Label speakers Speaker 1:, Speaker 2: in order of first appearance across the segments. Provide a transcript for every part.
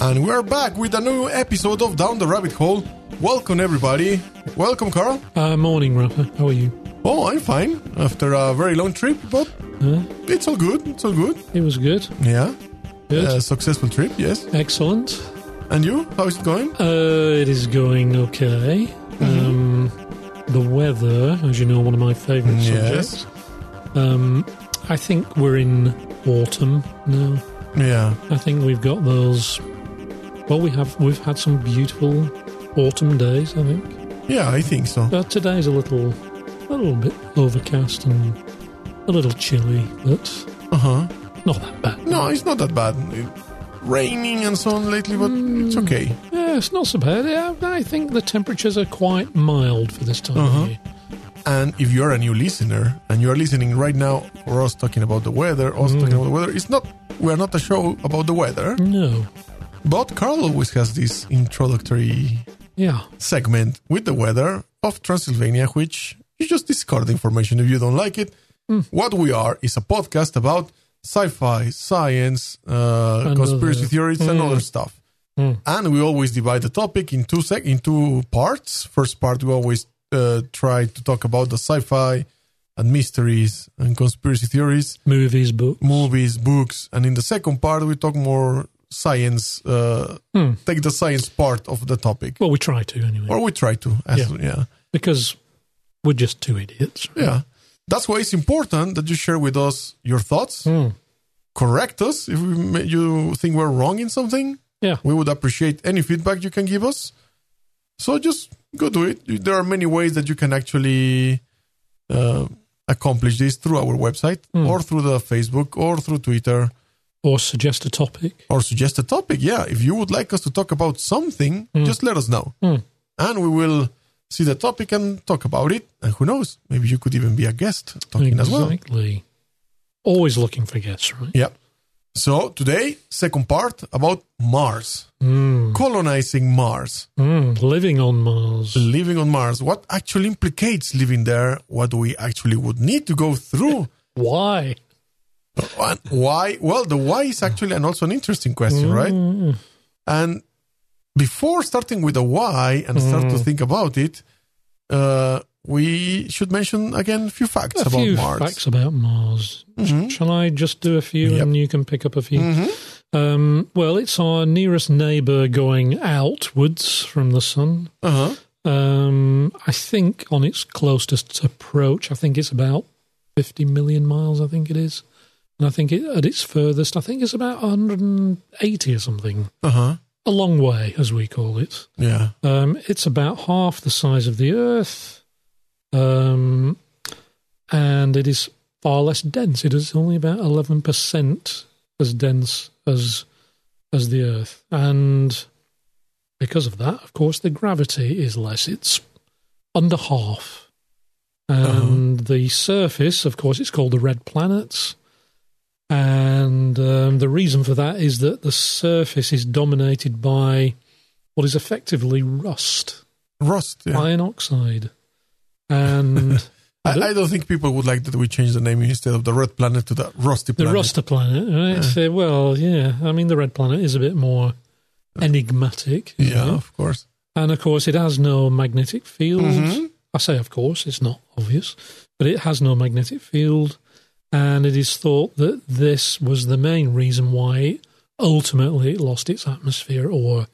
Speaker 1: And we're back with a new episode of Down the Rabbit Hole. Welcome, everybody. Welcome, Carl.
Speaker 2: Uh, morning, Rafa. How are you?
Speaker 1: Oh, I'm fine after a very long trip, but
Speaker 2: Huh?
Speaker 1: it's all good. It's all good.
Speaker 2: It was good.
Speaker 1: Yeah.
Speaker 2: Good.
Speaker 1: A successful trip, yes.
Speaker 2: Excellent.
Speaker 1: And you? How is it going?
Speaker 2: Uh, it is going okay. Um, the weather, as you know, one of my favourite
Speaker 1: Yes.
Speaker 2: subjects. Um, I think we're in autumn now.
Speaker 1: Yeah.
Speaker 2: I think we've got those. Well, we have. We've had some beautiful autumn days. I think.
Speaker 1: Yeah, I think so.
Speaker 2: But today's a little, a little bit overcast and a little chilly, but
Speaker 1: Uh huh.
Speaker 2: not that bad.
Speaker 1: No, it's not that bad. It- raining and so on lately, but it's okay.
Speaker 2: Yeah, it's not so bad. Yeah, I think the temperatures are quite mild for this time
Speaker 1: Uh-huh.
Speaker 2: of year.
Speaker 1: And if you're a new listener and you're listening right now for us talking about the weather, us talking about the weather, it's not. We're not a show about the weather,
Speaker 2: No.
Speaker 1: but Carl always has this introductory
Speaker 2: Yeah.
Speaker 1: segment with the weather of Transylvania, which you just discard the information if you don't like it. What we are is a podcast about sci-fi, science, uh,
Speaker 2: And
Speaker 1: conspiracy
Speaker 2: other-
Speaker 1: theories, and other stuff. And we always divide the topic in two sec in two parts. First part, we always uh, try to talk about the sci-fi and mysteries and conspiracy theories
Speaker 2: Movies, books.
Speaker 1: movies, books, and in the second part we talk more science. Uh, Take the science part of the topic,
Speaker 2: Well, we try to anyway,
Speaker 1: or we try to. as- yeah. yeah,
Speaker 2: because we're just two idiots.
Speaker 1: That's why it's important that you share with us your thoughts.
Speaker 2: Hmm.
Speaker 1: Correct us if we ma- you think we're wrong in something.
Speaker 2: Yeah.
Speaker 1: We would appreciate any feedback you can give us. So just go do it. You- There are many ways that you can actually uh, accomplish this through our website, or through the Facebook, or through Twitter.
Speaker 2: Or suggest a topic.
Speaker 1: or suggest a topic. Yeah, if you would like us to talk about something, just let us know. And we will see the topic and talk about it. And who knows, maybe you could even be a guest talking as well.
Speaker 2: Exactly. Always looking for guests, right?
Speaker 1: Yeah. So today, second part about Mars, colonizing Mars,
Speaker 2: Mm, living on Mars.
Speaker 1: living on Mars. What actually implicates living there? What we actually would need to go through?
Speaker 2: Why?
Speaker 1: What? Why? Well, the why is actually and also an interesting question,
Speaker 2: Hmm.
Speaker 1: right? And before starting with the why and start
Speaker 2: Mm.
Speaker 1: to think about it, uh, we should mention again a few facts
Speaker 2: a
Speaker 1: about
Speaker 2: few
Speaker 1: Mars. Mm-hmm.
Speaker 2: facts about Mars. Sh- Shall I just do a few and you can pick up a few?
Speaker 1: Mm-hmm.
Speaker 2: Um, well, it's our nearest neighbour going outwards from the sun.
Speaker 1: Uh-huh.
Speaker 2: Um, I think on its closest approach, I think it's about 50 million miles, I think it is. And I think it, at its furthest, I think it's about 180 or something.
Speaker 1: Uh huh.
Speaker 2: A long way, as we call it.
Speaker 1: Yeah.
Speaker 2: Um, it's about half the size of the Earth, um, and it is far less dense. It is only about eleven percent as dense as as the Earth, and because of that, of course, the gravity is less. It's under half, and the surface, of course, it's called the red planet. And um, the reason for that is that the surface is dominated by what is effectively rust,
Speaker 1: Rust. Yeah.
Speaker 2: iron oxide. And
Speaker 1: I, I don't think people would like that we change the name instead of the red planet to the rusty
Speaker 2: the
Speaker 1: planet.
Speaker 2: Ruster planet, right? So, well, yeah, I mean, the red planet is a bit more enigmatic. isn't
Speaker 1: Yeah,
Speaker 2: it?
Speaker 1: of course.
Speaker 2: And of course, it has no magnetic field. I say, of course, it's not obvious, but it has no magnetic field. And it is thought that this was the main reason why ultimately it lost its atmosphere or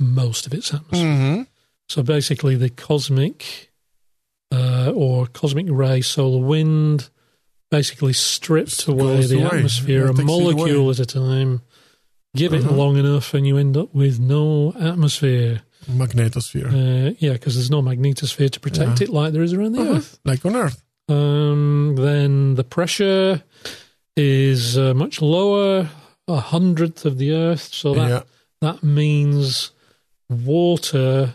Speaker 2: most of its atmosphere.
Speaker 1: Mm-hmm.
Speaker 2: So basically, the cosmic uh, or cosmic ray solar wind basically strips
Speaker 1: Just
Speaker 2: away
Speaker 1: goes
Speaker 2: the
Speaker 1: away. Uh-huh.
Speaker 2: atmosphere
Speaker 1: Yeah,
Speaker 2: a
Speaker 1: takes it
Speaker 2: molecule at a time. Give it long enough, and you end up with no atmosphere.
Speaker 1: Magnetosphere.
Speaker 2: Uh, yeah, because there's no magnetosphere to protect it like there is around the
Speaker 1: Uh-huh.
Speaker 2: Earth.
Speaker 1: Like on Earth.
Speaker 2: Um, then the pressure is uh, much lower, a hundredth of the Earth. So that
Speaker 1: yeah.
Speaker 2: that means water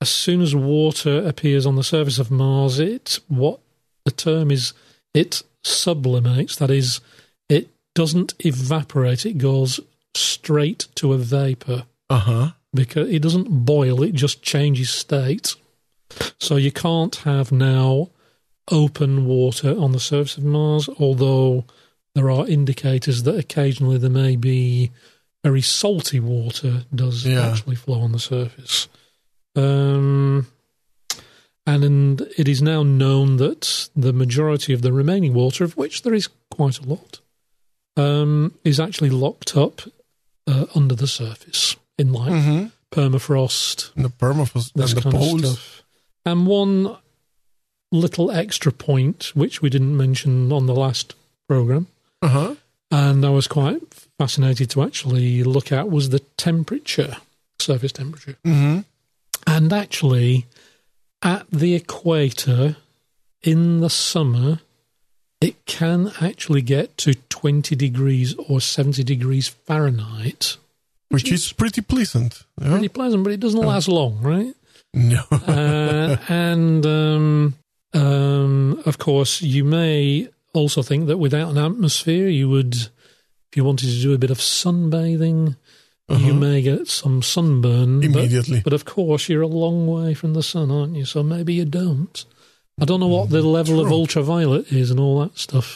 Speaker 2: as soon as water appears on the surface of mars it what the term is it sublimates that is it doesn't evaporate it goes straight to a vapor
Speaker 1: Uh huh.
Speaker 2: because it doesn't boil it just changes state so you can't have now open water on the surface of mars although there are indicators that occasionally there may be very salty water does
Speaker 1: Yeah.
Speaker 2: actually flow on the surface. Um, and in, it is now known that the majority of the remaining water, of which there is quite a lot, um, is actually locked up uh, under the surface in like
Speaker 1: Mm-hmm.
Speaker 2: permafrost,
Speaker 1: The permafrost
Speaker 2: this
Speaker 1: and the
Speaker 2: kind of
Speaker 1: poles.
Speaker 2: stuff. And one little extra point, which we didn't mention on the last program,
Speaker 1: Uh huh.
Speaker 2: and I was quite fascinated to actually look at was the temperature, surface temperature.
Speaker 1: Mm-hmm.
Speaker 2: And actually, at the equator in the summer, it can actually get to 20 degrees or 70 degrees Fahrenheit.
Speaker 1: Which is pretty pleasant. yeah?
Speaker 2: Pretty pleasant, but it doesn't last long, right?
Speaker 1: No.
Speaker 2: uh, and um, um, of course, you may also think that without an atmosphere, you would, if you wanted to do a bit of sunbathing,
Speaker 1: Uh-huh.
Speaker 2: you may get some sunburn but-
Speaker 1: Immediately.
Speaker 2: But, of course, you're a long way from the sun, aren't you? So maybe you don't. I don't know what the level of
Speaker 1: Mm, True.
Speaker 2: ultraviolet is and all that stuff.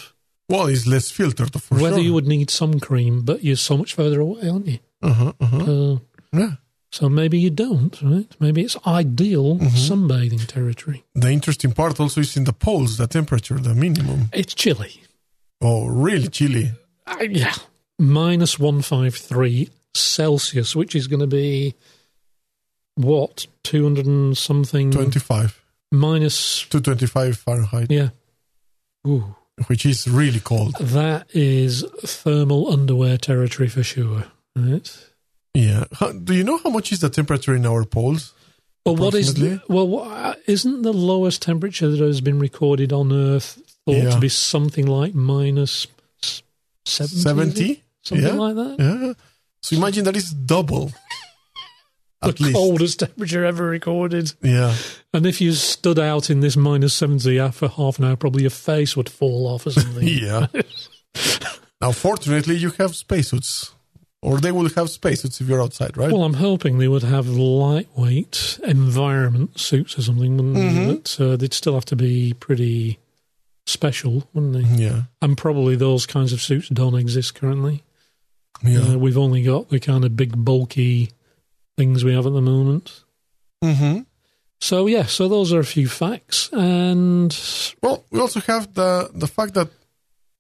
Speaker 1: well, it's less filtered for
Speaker 2: Whether
Speaker 1: sure.
Speaker 2: you would need sun cream, but you're so much further away, aren't you?
Speaker 1: Uh-huh, uh-huh.
Speaker 2: Uh,
Speaker 1: Yeah.
Speaker 2: so maybe you don't, right? Maybe it's ideal
Speaker 1: Mm-hmm.
Speaker 2: sunbathing territory.
Speaker 1: The interesting part also is in the poles, the temperature, the minimum.
Speaker 2: It's chilly.
Speaker 1: Oh, really chilly.
Speaker 2: Uh, yeah. Minus 153 Celsius, which is going to be what? 200 and something?
Speaker 1: 25
Speaker 2: Minus.
Speaker 1: to 25 Fahrenheit,
Speaker 2: Yeah. Ooh.
Speaker 1: which is really cold.
Speaker 2: That is thermal underwear territory for sure. Right?
Speaker 1: Yeah. How, do you know how much is the temperature in our poles?
Speaker 2: Well, what is. The,
Speaker 1: Approximately?
Speaker 2: well, wha- isn't the lowest temperature that has been recorded on Earth thought
Speaker 1: Yeah.
Speaker 2: to be something like minus 70?
Speaker 1: 70?
Speaker 2: Something
Speaker 1: Yeah.
Speaker 2: like that?
Speaker 1: Yeah. So imagine that is double. At
Speaker 2: the
Speaker 1: least.
Speaker 2: coldest temperature ever recorded.
Speaker 1: Yeah.
Speaker 2: And if you stood out in this minus 70 out for half an hour, probably your face would fall off or something.
Speaker 1: Yeah. now, fortunately, you have spacesuits. Or they will have spacesuits if you're outside, right?
Speaker 2: well, I'm hoping they would have lightweight environment suits or something, wouldn't
Speaker 1: Mm-hmm.
Speaker 2: they? But uh, they'd still have to be pretty special, wouldn't they?
Speaker 1: yeah.
Speaker 2: And probably those kinds of suits don't exist currently.
Speaker 1: Yeah.
Speaker 2: Uh, we've only got the kind of big, bulky things we have at the moment.
Speaker 1: Mm-hmm.
Speaker 2: So, yeah, so those are a few facts. And
Speaker 1: Well, we also have the the fact that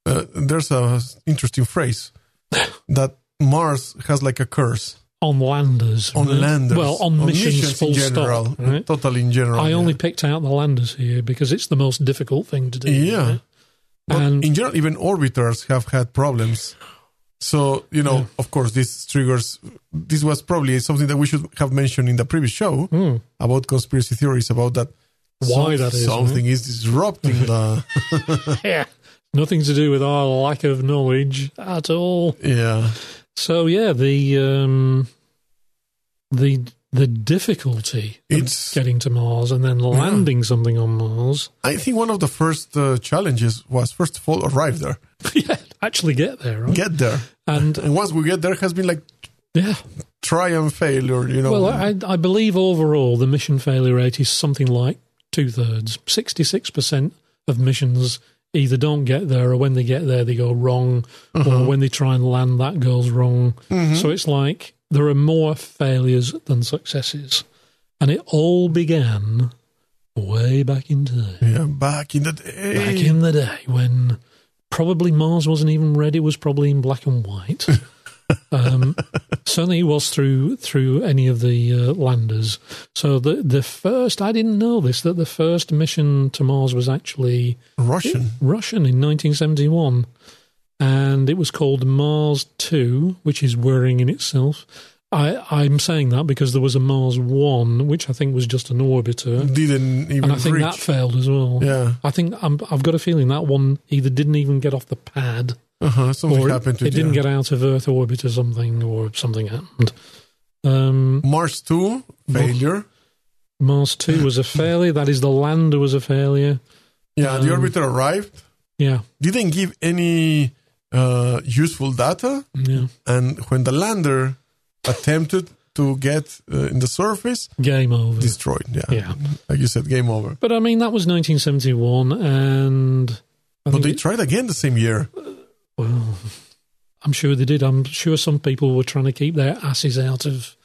Speaker 1: uh, there's a interesting phrase that Mars has like a curse
Speaker 2: on landers.
Speaker 1: on
Speaker 2: right?
Speaker 1: landers,
Speaker 2: Mm-hmm. Well, on, missions, full
Speaker 1: in general, uh,
Speaker 2: stop. Right?
Speaker 1: totally in general.
Speaker 2: I
Speaker 1: Oh, yeah.
Speaker 2: only picked out the landers here because it's the most difficult thing to do.
Speaker 1: Yeah.
Speaker 2: right?
Speaker 1: But
Speaker 2: and
Speaker 1: in general, even orbiters have had problems. So you know, of course, this triggers. This was probably something that we should have mentioned in the previous show about conspiracy theories about that.
Speaker 2: Mm. Why that is,
Speaker 1: something is disrupting the
Speaker 2: yeah, nothing to do with our lack of knowledge at all.
Speaker 1: yeah
Speaker 2: So yeah, the um, the the difficulty
Speaker 1: it's
Speaker 2: of getting to Mars and then landing something on Mars.
Speaker 1: I think one of the first uh, challenges was first of all arrive there,
Speaker 2: yeah, actually get there, right?
Speaker 1: get there,
Speaker 2: and
Speaker 1: and once we get there, has been like
Speaker 2: yeah,
Speaker 1: try and failure, you know.
Speaker 2: well, uh, I, I believe overall the mission failure rate is something like two thirds. 66% of missions either don't get there or when they get there, they go wrong,
Speaker 1: Uh-huh.
Speaker 2: or when they try and land, that goes wrong.
Speaker 1: Mm-hmm.
Speaker 2: So it's like there are more failures than successes. And it all began way back in time.
Speaker 1: yeah, back in the day,
Speaker 2: Back in the day when probably Mars wasn't even red, it was probably in black and white. um, certainly it was through through any of the uh, landers. So the the first I didn't know this that the first mission to Mars was actually
Speaker 1: Russian.
Speaker 2: Russian in 1971, and it was called Mars Two, which is worrying in itself. I, I'm saying that because there was a Mars One, which I think was just an orbiter,
Speaker 1: Didn't even
Speaker 2: and I think
Speaker 1: reach.
Speaker 2: that failed as well.
Speaker 1: yeah,
Speaker 2: I think i I've got a feeling that one either didn't even get off the pad,
Speaker 1: uh-huh. something
Speaker 2: or it,
Speaker 1: happened to uh,
Speaker 2: it didn't
Speaker 1: yeah.
Speaker 2: get out of Earth orbit or something, or something happened. Um,
Speaker 1: Mars two failure.
Speaker 2: Mars two was a failure. That is, the lander was a failure.
Speaker 1: Yeah,
Speaker 2: Um,
Speaker 1: the orbiter arrived,
Speaker 2: Yeah,
Speaker 1: didn't give any uh, useful data,
Speaker 2: yeah.
Speaker 1: and when the lander attempted to get uh, in the surface,
Speaker 2: Game over.
Speaker 1: destroyed. Yeah.
Speaker 2: Yeah.
Speaker 1: like you said, game over.
Speaker 2: But I mean, that was 1971, and I
Speaker 1: But
Speaker 2: think
Speaker 1: they
Speaker 2: it-
Speaker 1: tried again the same year.
Speaker 2: well, I'm sure they did. I'm sure some people were trying to keep their asses out of,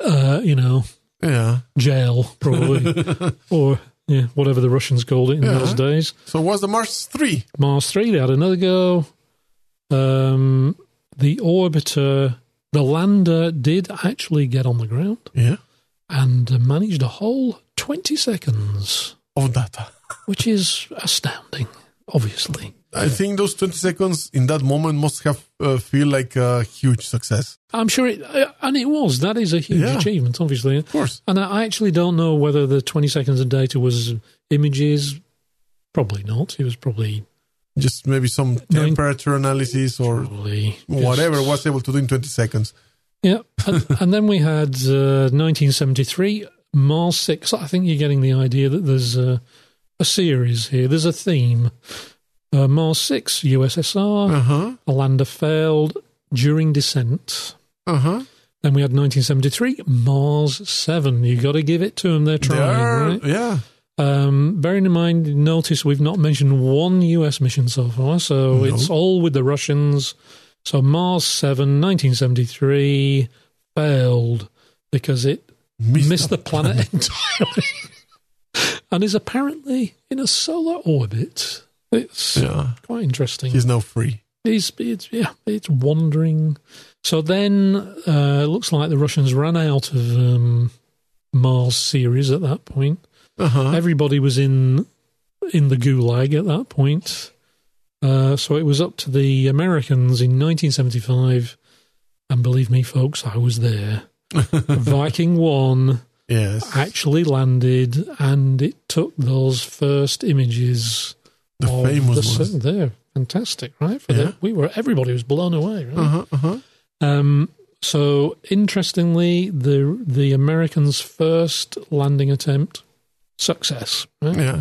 Speaker 2: uh, you know,
Speaker 1: Yeah.
Speaker 2: jail probably, or yeah, whatever the Russians called it in
Speaker 1: Yeah.
Speaker 2: those days.
Speaker 1: So was the Mars three?
Speaker 2: Mars three, they had another go. Um, the orbiter, the lander did actually get on the ground
Speaker 1: Yeah.
Speaker 2: and uh, managed a whole 20 seconds,
Speaker 1: Of data.
Speaker 2: which is astounding, obviously.
Speaker 1: I think those 20 seconds in that moment must have uh, feel like a huge success.
Speaker 2: I'm sure it, uh, and it was. That is a huge
Speaker 1: Yeah.
Speaker 2: achievement, obviously.
Speaker 1: Of course.
Speaker 2: And I actually don't know whether the 20 seconds of data was images. Probably not. It was probably,
Speaker 1: Just maybe some temperature analysis or
Speaker 2: probably just-
Speaker 1: whatever was able to do in 20 seconds.
Speaker 2: Yeah. And, and then we had uh, 1973, Mars 6. I think you're getting the idea that there's a, a series here, there's a theme. Uh, Mars 6, USSR,
Speaker 1: Uh huh.
Speaker 2: the lander failed during descent.
Speaker 1: Uh
Speaker 2: Uh-huh.
Speaker 1: huh.
Speaker 2: Then we had 1973, Mars 7. you got to give it to them, they're trying, right?
Speaker 1: Yeah.
Speaker 2: Um, bearing in mind, notice we've not mentioned one US mission so far, so
Speaker 1: No.
Speaker 2: it's all with the Russians. So Mars 7, 1973, failed because it
Speaker 1: Missed,
Speaker 2: missed the planet entirely and is apparently in a solar orbit. It's
Speaker 1: Yeah.
Speaker 2: quite interesting.
Speaker 1: He's now free.
Speaker 2: It's, it's yeah, it's wandering. So then uh, it looks like the Russians ran out of um, Mars series at that point.
Speaker 1: Uh huh.
Speaker 2: Everybody was in in the gulag at that point. Uh, so it was up to the Americans in 1975, and believe me, folks, I was there. Viking One
Speaker 1: Yes.
Speaker 2: actually landed, and it took those first images.
Speaker 1: The
Speaker 2: of
Speaker 1: famous
Speaker 2: the,
Speaker 1: ones.
Speaker 2: They're fantastic, right? For
Speaker 1: Yeah.
Speaker 2: the, we were everybody was blown away. Right?
Speaker 1: Uh huh. Uh huh.
Speaker 2: Um, so interestingly, the the Americans' first landing attempt success. Right?
Speaker 1: Yeah.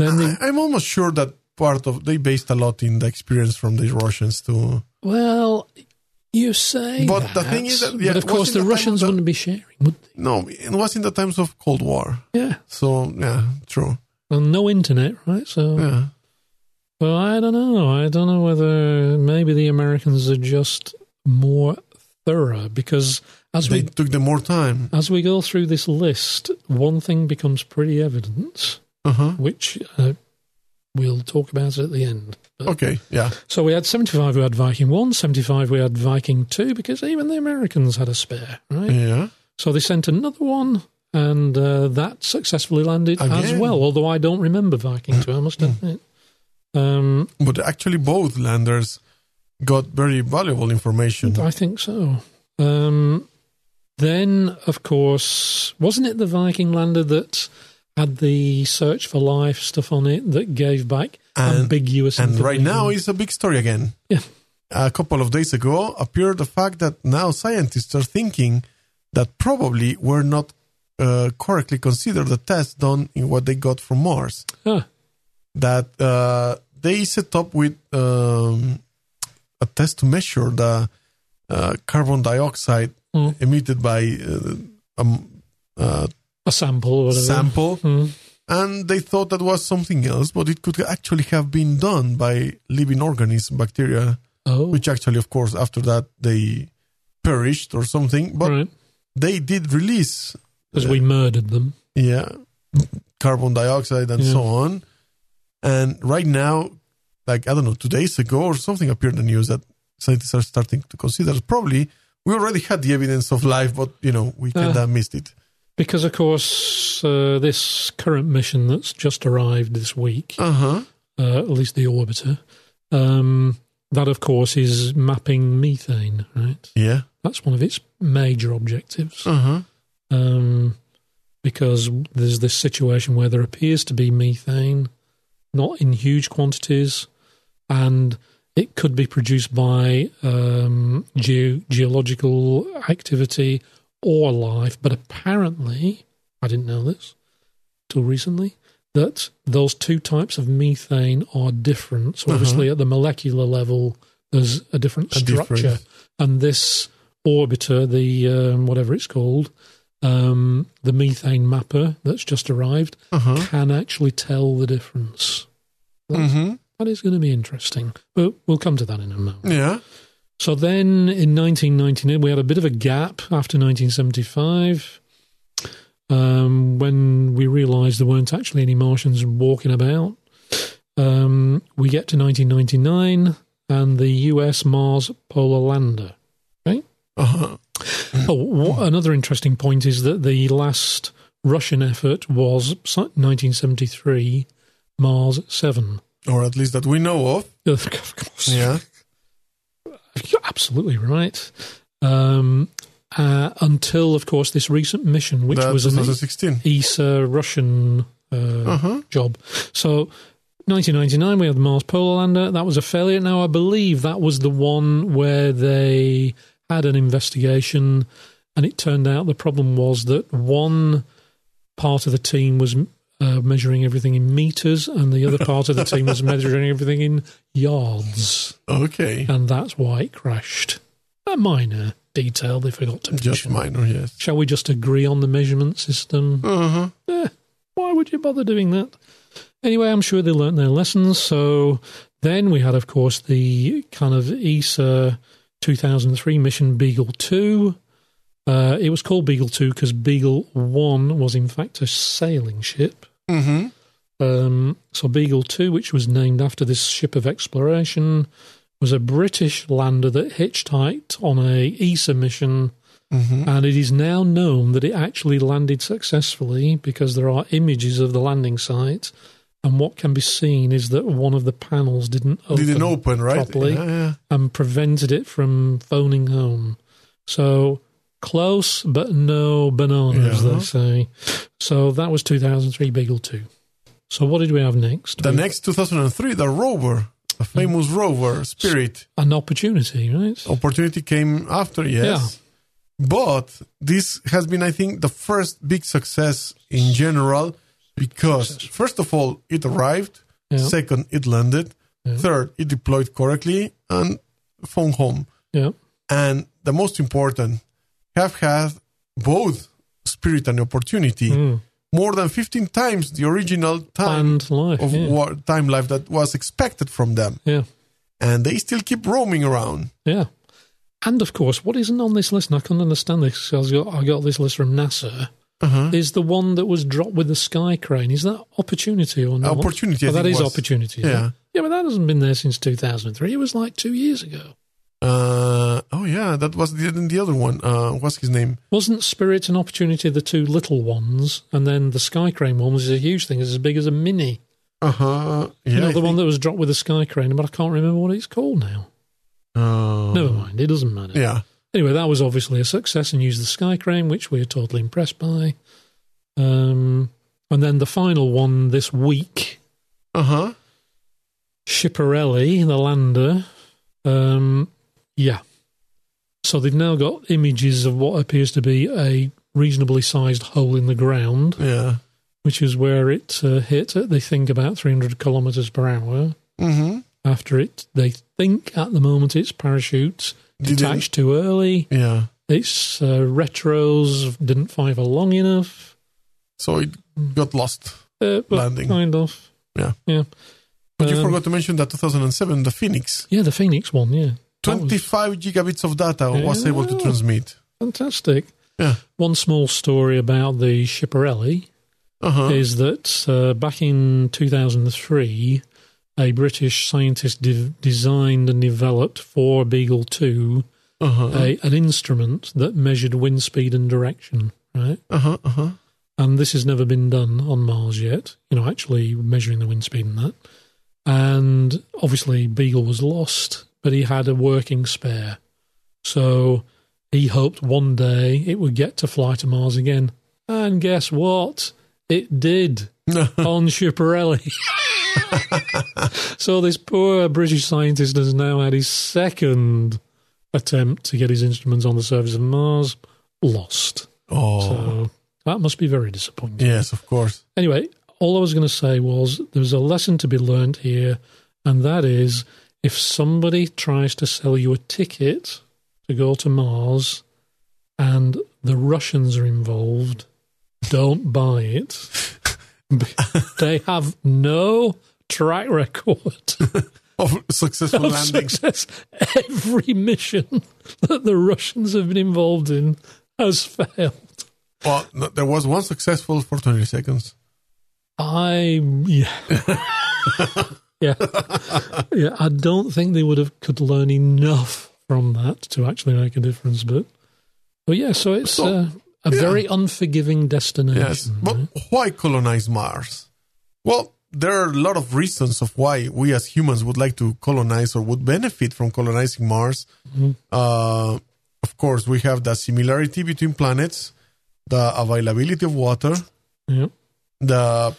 Speaker 2: Then the,
Speaker 1: I, am almost sure that part of they based a lot in the experience from the Russians too.
Speaker 2: well, you say,
Speaker 1: But the thing is that- yeah,
Speaker 2: but of
Speaker 1: was
Speaker 2: course
Speaker 1: it
Speaker 2: the
Speaker 1: the time
Speaker 2: Russians
Speaker 1: that-
Speaker 2: wouldn't be sharing, would
Speaker 1: No, it was in the times of Cold War.
Speaker 2: they? Yeah,
Speaker 1: So yeah, true.
Speaker 2: and no internet, right? So
Speaker 1: Yeah.
Speaker 2: Well, I don't know. I don't know whether maybe the Americans are just more thorough because as
Speaker 1: They
Speaker 2: we
Speaker 1: took them more time.
Speaker 2: as we go through this list, one thing becomes pretty evident,
Speaker 1: Uh huh.
Speaker 2: which uh, we'll talk about at the end. But-
Speaker 1: Okay. Yeah.
Speaker 2: So we had 75, we had Viking 1, 75, we had Viking 2, because even the Americans had a spare, right?
Speaker 1: Yeah.
Speaker 2: So they sent another one, and uh, that successfully landed as
Speaker 1: Again. Hmm.
Speaker 2: well, although I don't remember Viking 2, I must admit. Um,
Speaker 1: But actually, both landers got very valuable information.
Speaker 2: I think so. Um, then, of course, wasn't it the Viking lander that had the search for life stuff on it that gave back
Speaker 1: And-
Speaker 2: ambiguous
Speaker 1: And right now,
Speaker 2: information?
Speaker 1: it's a big story again.
Speaker 2: Yeah.
Speaker 1: A couple of days ago appeared the fact that now scientists are thinking that probably were not uh, correctly considered the tests done in what they got from Mars.
Speaker 2: Ah,
Speaker 1: That uh, they set up with um, a test to measure the uh, carbon dioxide
Speaker 2: Mm.
Speaker 1: emitted by uh, um, uh,
Speaker 2: a sample or whatever.
Speaker 1: sample,
Speaker 2: Hmm.
Speaker 1: and they thought that was something else, but it could actually have been done by living organisms, bacteria,
Speaker 2: Oh,
Speaker 1: which actually, of course, after that they perished or something. But
Speaker 2: right.
Speaker 1: they did release,
Speaker 2: Because we murdered them.
Speaker 1: yeah, carbon dioxide and
Speaker 2: Yeah.
Speaker 1: so on. And right now, like I don't know, two days ago or something appeared in the news that scientists are starting to consider. Probably we already had the evidence of life, but you know we kind
Speaker 2: Uh-huh.
Speaker 1: of missed it.
Speaker 2: Because, of course, uh, this current mission that's just arrived this week,
Speaker 1: Uh huh.
Speaker 2: uh, at least the orbiter, um, that, of course, is mapping methane, right?
Speaker 1: Yeah.
Speaker 2: That's one of its major objectives.
Speaker 1: Uh huh.
Speaker 2: um, because there's this situation where there appears to be methane, not in huge quantities, and it could be produced by um, ge- geological activity or life. But apparently, I didn't know this till recently. That those two types of methane are different. So obviously, at the molecular level, there's a different
Speaker 1: Uh-huh. A
Speaker 2: structure,
Speaker 1: difference.
Speaker 2: and this orbiter, the um, whatever it's called, um, the methane mapper that's just arrived,
Speaker 1: Uh huh.
Speaker 2: can actually tell the difference.
Speaker 1: Mm hmm.
Speaker 2: That is going to be interesting. But we'll come to that in a moment.
Speaker 1: Yeah.
Speaker 2: So then in 1999, we had a bit of a gap after 1975 um, when we realised there weren't actually any Martians walking about. Um, we get to 1999 and the US Mars Polar Lander.
Speaker 1: Uh-huh.
Speaker 2: Oh, wha- another interesting point is that the last Russian effort was si- 1973 Mars 7.
Speaker 1: Or at least that we know of.
Speaker 2: Of course.
Speaker 1: Yeah.
Speaker 2: You're absolutely right. Um, uh, until, of course, this recent mission, which
Speaker 1: that
Speaker 2: was an
Speaker 1: 2016.
Speaker 2: ESA Russian uh,
Speaker 1: Uh-huh.
Speaker 2: job. So, 1999, we had the Mars Polar Lander. That was a failure. Now, I believe that was the one where they had an investigation, and it turned out the problem was that one part of the team was uh, measuring everything in meters, and the other part of the team was measuring everything in yards,
Speaker 1: Okay.
Speaker 2: and that's why it crashed. A minor detail they forgot to
Speaker 1: Just
Speaker 2: mention.
Speaker 1: minor, yes.
Speaker 2: Shall we just agree on the measurement system?
Speaker 1: Uh-huh.
Speaker 2: eh, why would you bother doing that? Anyway, I'm sure they learnt their lessons. So then we had, of course, the kind of E ESA 2003 mission Beagle 2. Uh, it was called Beagle 2 because Beagle 1 was, in fact, a sailing ship.
Speaker 1: Mm-hmm.
Speaker 2: Um, so Beagle 2, which was named after this ship of exploration, was a British lander that hitchhiked on a ESA mission
Speaker 1: Mm-hmm.
Speaker 2: and it is now known that it actually landed successfully because there are images of the landing site. And what can be seen is that one of the panels didn't open
Speaker 1: Didn't open, right?
Speaker 2: properly.
Speaker 1: Yeah, yeah.
Speaker 2: and prevented it from phoning home. So close, but no bananas,
Speaker 1: Yeah.
Speaker 2: they say. So that was 2003 Beagle 2. So what did we have next?
Speaker 1: The
Speaker 2: We-
Speaker 1: next 2003, the rover, the famous rover, Spirit.
Speaker 2: An opportunity, right?
Speaker 1: Oh. Opportunity came after, yes. But this has been, I think, the first big success in general because, first of all, it arrived.
Speaker 2: Yeah.
Speaker 1: Second, it landed. Third, it deployed correctly and phone home.
Speaker 2: Yeah.
Speaker 1: And the most important, have had both Spirit and Opportunity
Speaker 2: Mm.
Speaker 1: more than 15 times the original time
Speaker 2: Planned life.
Speaker 1: Uh, of
Speaker 2: yeah.
Speaker 1: war, time life that was expected from them.
Speaker 2: yeah.
Speaker 1: And they still keep roaming around.
Speaker 2: Yeah. And of course, what isn't on this list, and I can't understand this 'cause I got, I got this list from NASA,
Speaker 1: Uh-huh.
Speaker 2: is the one that was dropped with the sky crane. Is that opportunity or not?
Speaker 1: Opportunity, I
Speaker 2: Oh, that
Speaker 1: think
Speaker 2: is
Speaker 1: was.
Speaker 2: opportunity.
Speaker 1: Yeah.
Speaker 2: Yeah, but that hasn't been there since 2003. It was like two years ago.
Speaker 1: Uh, oh, yeah, that was the, the other one. Uh, what's his name?
Speaker 2: Wasn't Spirit and Opportunity the two little ones? And then the sky crane one was a huge thing. It's as big as a mini.
Speaker 1: Uh huh. Yeah.
Speaker 2: You know,
Speaker 1: I
Speaker 2: the one
Speaker 1: think-
Speaker 2: that was dropped with the sky crane, but I can't remember what it's called now.
Speaker 1: Uh,
Speaker 2: Never mind. It doesn't matter.
Speaker 1: Yeah.
Speaker 2: Anyway, that was obviously a success and used the sky crane, which we are totally impressed by. Um, and then the final one this week,
Speaker 1: Uh huh.
Speaker 2: Schiaparelli, the lander. Um, yeah. So they've now got images of what appears to be a reasonably sized hole in the ground,
Speaker 1: Yeah.
Speaker 2: which is where it uh, hit. At, they think about 300 kilometers per hour
Speaker 1: Mm hmm.
Speaker 2: after it. They think at the moment its parachute
Speaker 1: Didn't-
Speaker 2: detached too early.
Speaker 1: Yeah.
Speaker 2: Its uh, retros didn't fire long enough.
Speaker 1: So it
Speaker 2: Mm.
Speaker 1: got lost.
Speaker 2: Uh, but
Speaker 1: Landing.
Speaker 2: Kind of.
Speaker 1: Yeah.
Speaker 2: Yeah.
Speaker 1: But you
Speaker 2: Um, Oh.
Speaker 1: forgot to mention that 2007, the Phoenix,
Speaker 2: Yeah, the Phoenix one. Yeah. That was
Speaker 1: 25 gigabits of data was able to
Speaker 2: Yeah.
Speaker 1: transmit.
Speaker 2: fantastic.
Speaker 1: Yeah.
Speaker 2: One small story about the Schiaparelli
Speaker 1: Uh huh.
Speaker 2: is that uh, back in 2003, a British scientist de- designed and developed for Beagle 2
Speaker 1: Uh huh.
Speaker 2: a, an instrument that measured wind speed and direction, right?
Speaker 1: Uh huh. Uh huh.
Speaker 2: and this has never been done on Mars yet. You know, actually measuring the wind speed and that. And obviously, Beagle was lost, but he had a working spare, so he hoped one day it would get to fly to Mars again. And guess what? It did on Schiaparelli. so this poor British scientist has now had his second attempt to get his instruments on the surface of Mars lost.
Speaker 1: Oh.
Speaker 2: So that must be very disappointing.
Speaker 1: Yes, of course.
Speaker 2: Anyway, all I was going to say was there's a lesson to be learned here, and that is if somebody tries to sell you a ticket to go to Mars and the Russians are involved, don't buy it. they have no track record
Speaker 1: of successful
Speaker 2: of
Speaker 1: landings.
Speaker 2: success. Every mission that the Russians have been involved in has failed.
Speaker 1: Well, no, there was one successful for 20 seconds.
Speaker 2: I yeah. yeah. Yeah, I don't think they would have could learn enough from that to actually make a difference, but but yeah, so it's
Speaker 1: So,
Speaker 2: uh, a
Speaker 1: yeah.
Speaker 2: very unforgiving destination.
Speaker 1: Yes, but why colonize Mars? Well, there are a lot of reasons of why we as humans would like to colonize or would benefit from colonizing Mars. Uh, of course, we have the similarity between planets, the availability of water,
Speaker 2: Yeah.
Speaker 1: the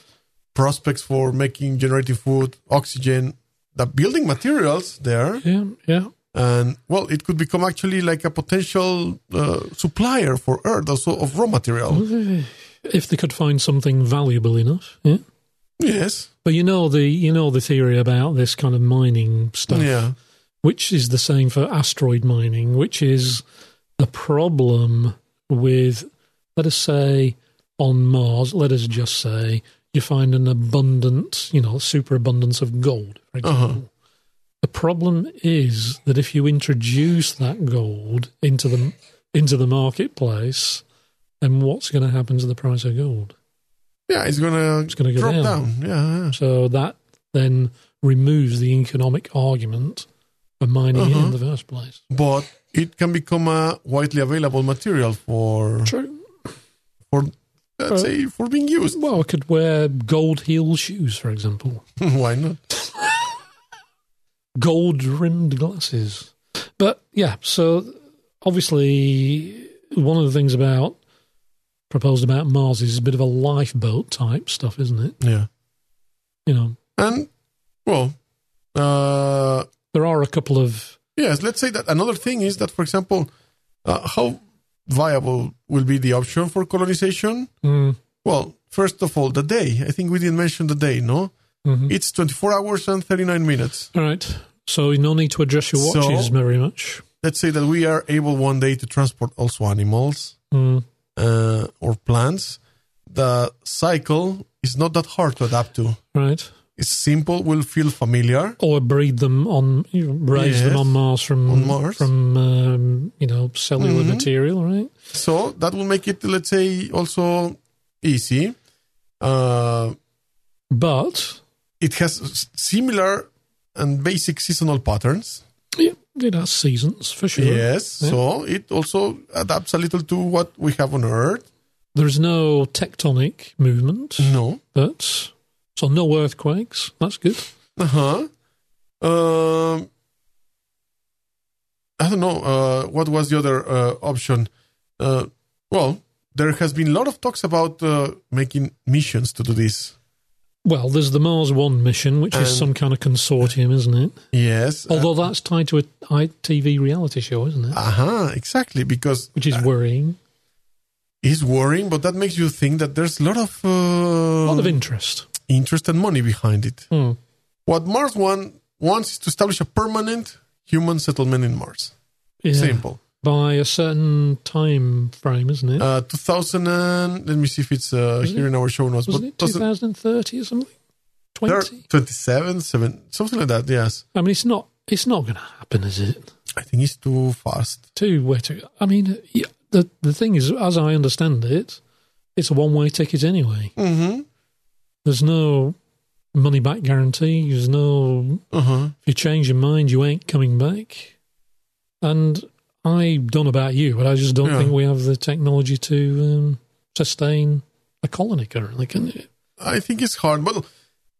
Speaker 1: prospects for making generating food, oxygen, the building materials there,
Speaker 2: Yeah, yeah.
Speaker 1: and well, it could become actually like a potential uh, supplier for Earth also of raw
Speaker 2: Mm-hmm.
Speaker 1: material.
Speaker 2: If they could find something valuable enough, yeah.
Speaker 1: Yes,
Speaker 2: But you know the you know the theory about this kind of mining stuff.
Speaker 1: yeah.
Speaker 2: which is the same for asteroid mining, which is the problem with, let us say, on Mars, let us just say, you find an abundance, you know, superabundance of gold, for example. The problem is that if you introduce that gold into the into the marketplace, then what's going to happen to the price of gold?
Speaker 1: Yeah, it's gonna, it's
Speaker 2: gonna go
Speaker 1: drop
Speaker 2: down.
Speaker 1: down. Yeah, yeah.
Speaker 2: So that then removes the economic argument for mining it in the first place.
Speaker 1: but it can become a widely available material for
Speaker 2: True.
Speaker 1: for let's say for being used.
Speaker 2: Well, I could wear gold heel shoes, for example,
Speaker 1: Why not?
Speaker 2: gold rimmed glasses. But yeah, so obviously, one of the things about proposed about Mars is a bit of a lifeboat type stuff, isn't it?
Speaker 1: Yeah,
Speaker 2: You know,
Speaker 1: and well, uh,
Speaker 2: there are a couple of
Speaker 1: yes. Let's say that another thing is that, for example, uh, how viable will be the option for colonization?
Speaker 2: mm,
Speaker 1: Well, first of all, the day. I think we didn't mention the day. No,
Speaker 2: Mhm.
Speaker 1: it's twenty-four hours and thirty-nine minutes.
Speaker 2: all right. So no need to address your
Speaker 1: So-
Speaker 2: watches very much.
Speaker 1: let's say that we are able one day to transport also animals
Speaker 2: Mm.
Speaker 1: uh, or plants, the cycle is not that hard to adapt to.
Speaker 2: Right,
Speaker 1: It's simple, will feel familiar.
Speaker 2: or breed them on, you know, raise them
Speaker 1: Yes.
Speaker 2: on Mars from
Speaker 1: On Mars. Mm-hmm.
Speaker 2: from um, you know cellular material, right?
Speaker 1: So that will make it, let's say, also easy. Uh,
Speaker 2: But
Speaker 1: it has s- similar and basic seasonal patterns.
Speaker 2: Yeah, it has seasons for sure.
Speaker 1: Yes. So it also adapts a little to what we have on Earth.
Speaker 2: There's no tectonic movement,
Speaker 1: No.
Speaker 2: but so no earthquakes. That's good.
Speaker 1: Uh-huh. Um, I don't know. Uh, what was the other uh, option? Uh, well, there has been a lot of talks about uh, making missions to do this.
Speaker 2: Well, there's the Mars One mission, which is
Speaker 1: And-
Speaker 2: some kind of consortium, isn't it?
Speaker 1: Yes. Uh
Speaker 2: Although that's tied to a ITV reality show, isn't it?
Speaker 1: huh. Exactly. Because
Speaker 2: Which is worrying.
Speaker 1: it's worrying, but that makes you think that there's a lot of, uh,
Speaker 2: A lot of interest.
Speaker 1: interest and money behind it.
Speaker 2: Hmm.
Speaker 1: What Mars One wants is to establish a permanent human settlement in Mars.
Speaker 2: Yeah.
Speaker 1: Simple.
Speaker 2: By a certain time frame, isn't it?
Speaker 1: Uh, 2000 and let me see if it's uh, here in our show notes.
Speaker 2: Wasn't
Speaker 1: but
Speaker 2: it
Speaker 1: 2000
Speaker 2: 2030 or something?
Speaker 1: There are
Speaker 2: 20?
Speaker 1: 27, 7, something like that, yes.
Speaker 2: I mean, it's not. It's not going to happen, is it?
Speaker 1: I think it's too fast.
Speaker 2: two way to. I mean, yeah, the the thing is, as I understand it, it's a one way ticket anyway.
Speaker 1: Mm-hmm.
Speaker 2: There's no money back guarantee. There's no
Speaker 1: Uh-huh.
Speaker 2: if you change your mind, you ain't coming back. And I don't know about you, but I just don't
Speaker 1: Yeah.
Speaker 2: think we have the technology to um, sustain a colony currently. Can you?
Speaker 1: I think it's hard, but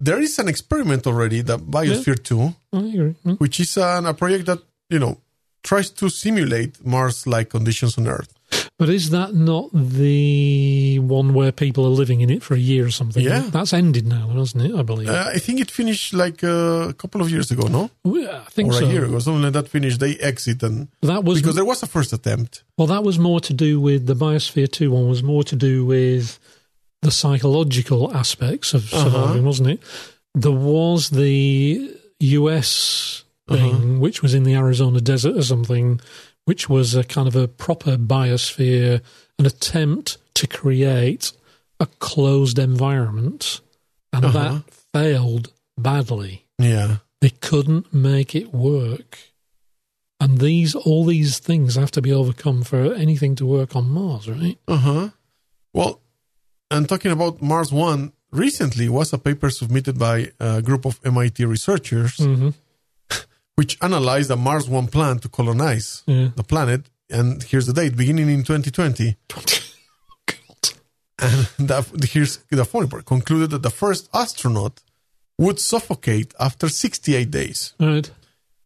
Speaker 1: there is an experiment already, the Biosphere 2,
Speaker 2: I agree. Mm.
Speaker 1: which is an, a project that, you know, tries to simulate Mars-like conditions on Earth.
Speaker 2: But is that not the one where people are living in it for a year or something?
Speaker 1: Yeah.
Speaker 2: That's ended now, hasn't it? I believe.
Speaker 1: Uh, I think it finished like uh, a couple of years ago, no?
Speaker 2: I think
Speaker 1: Or
Speaker 2: so.
Speaker 1: a year ago, something like that finished. They exit and...
Speaker 2: That was
Speaker 1: Because there was a first attempt.
Speaker 2: Well, that was more to do with the Biosphere 2 one, was more to do with the psychological aspects of surviving, wasn't it? There was the US thing, which was in the Arizona desert or something, which was a kind of a proper biosphere, an attempt to create a closed environment. And that failed badly.
Speaker 1: Yeah.
Speaker 2: They couldn't make it work. And these, all these things have to be overcome for anything to work on Mars, right?
Speaker 1: Uh huh. Well, and talking about Mars One, recently was a paper submitted by a group of MIT researchers,
Speaker 2: Mm. Mm-hmm.
Speaker 1: which analyzed a Mars One plan to colonize
Speaker 2: Yeah.
Speaker 1: the planet. And here's the date, beginning in 2020.
Speaker 2: God.
Speaker 1: And that, here's the funny part: concluded that the first astronaut would suffocate after 68 days,
Speaker 2: Right.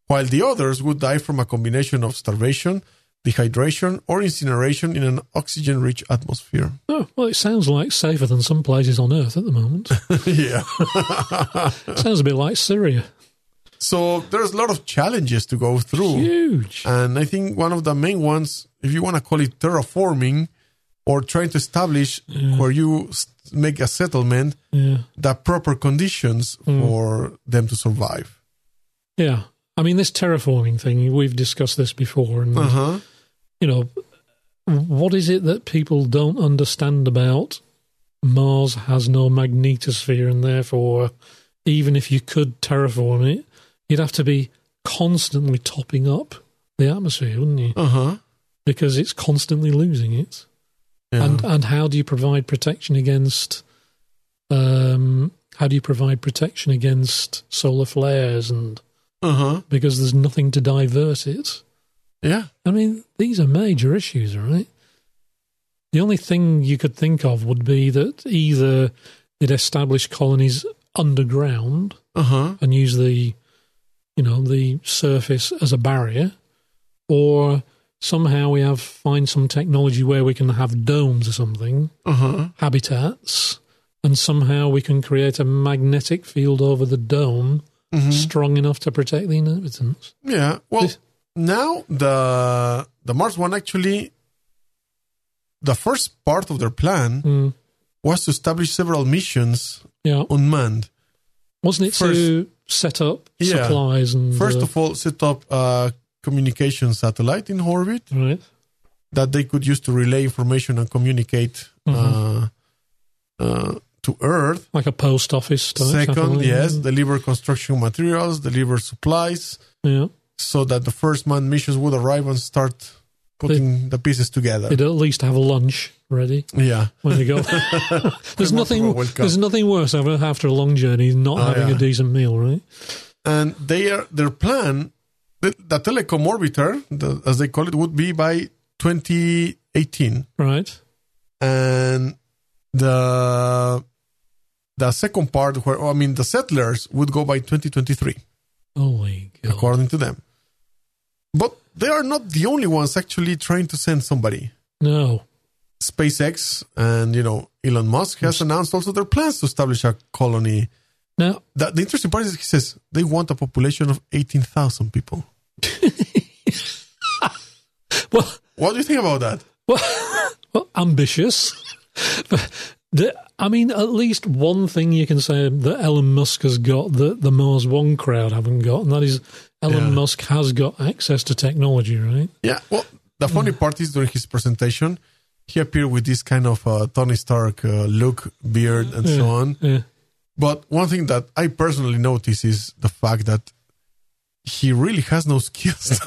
Speaker 1: while the others would die from a combination of starvation, dehydration, or incineration in an oxygen-rich atmosphere.
Speaker 2: Oh, well, it sounds like safer than some places on Earth at the moment.
Speaker 1: yeah.
Speaker 2: It sounds a bit like Syria.
Speaker 1: So there's a lot of challenges to go through.
Speaker 2: Huge.
Speaker 1: And I think one of the main ones, if you want to call it terraforming or trying to establish where you s- make a settlement,
Speaker 2: Yeah.
Speaker 1: the proper conditions
Speaker 2: Hmm.
Speaker 1: for them to survive.
Speaker 2: Yeah. I mean, this terraforming thing, we've discussed this before. And,
Speaker 1: Uh huh.
Speaker 2: you know, what is it that people don't understand about Mars has no magnetosphere, and therefore, even if you could terraform it, you'd have to be constantly topping up the atmosphere, wouldn't you?
Speaker 1: Uh huh.
Speaker 2: Because it's constantly losing it.
Speaker 1: Yeah.
Speaker 2: And and how do you provide protection against? Um, how do you provide protection against solar flares? And
Speaker 1: Uh huh.
Speaker 2: because there's nothing to divert it.
Speaker 1: Yeah.
Speaker 2: I mean, these are major issues, right? The only thing you could think of would be that either they'd establish colonies underground
Speaker 1: Uh huh.
Speaker 2: and use the, you know, the surface as a barrier, or somehow we have find some technology where we can have domes or something
Speaker 1: Uh huh.
Speaker 2: habitats, and somehow we can create a magnetic field over the dome strong enough to protect the inhabitants.
Speaker 1: Yeah. Well,
Speaker 2: This-
Speaker 1: now the the Mars one actually, the first part of their plan
Speaker 2: Mm.
Speaker 1: was to establish several missions
Speaker 2: Yeah,
Speaker 1: unmanned.
Speaker 2: wasn't it to set up
Speaker 1: Yeah.
Speaker 2: supplies and
Speaker 1: First
Speaker 2: uh,
Speaker 1: of all, set up a communication satellite in orbit
Speaker 2: right?
Speaker 1: that they could use to relay information and communicate uh, uh, to Earth.
Speaker 2: Like a post office type.
Speaker 1: Second,
Speaker 2: satellite.
Speaker 1: yes, deliver construction materials, deliver supplies,
Speaker 2: yeah.
Speaker 1: so that the first manned missions would arrive and start putting the pieces together.
Speaker 2: They'd at least have lunch ready
Speaker 1: yeah,
Speaker 2: when they go. there's nothing.
Speaker 1: World Cup.
Speaker 2: There's nothing worse ever after a long journey than not
Speaker 1: Oh,
Speaker 2: having
Speaker 1: yeah.
Speaker 2: a decent meal, right?
Speaker 1: and they are, their plan, the, the telecom orbiter, the, as they call it, would be by 2018.
Speaker 2: Right.
Speaker 1: and the the second part where I mean the settlers would go by 2023
Speaker 2: Holy God.
Speaker 1: according to them but they are not the only ones actually trying to send somebody
Speaker 2: No.
Speaker 1: SpaceX and you know Elon Musk has announced also their plans to establish a colony
Speaker 2: Now,
Speaker 1: the, the interesting part is he says they want a population of 18,000 people
Speaker 2: well,
Speaker 1: what do you think about that
Speaker 2: well, well, ambitious. but the, I mean, at least one thing you can say that Elon Musk has got that the Mars One crowd haven't got, and that is Elon
Speaker 1: Yeah.
Speaker 2: Musk has got access to technology, right?
Speaker 1: Yeah, well, the funny part is during his presentation, he appeared with this kind of uh, Tony Stark uh, look, beard, and so on.
Speaker 2: Yeah.
Speaker 1: But one thing that I personally notice is the fact that he really has no skills.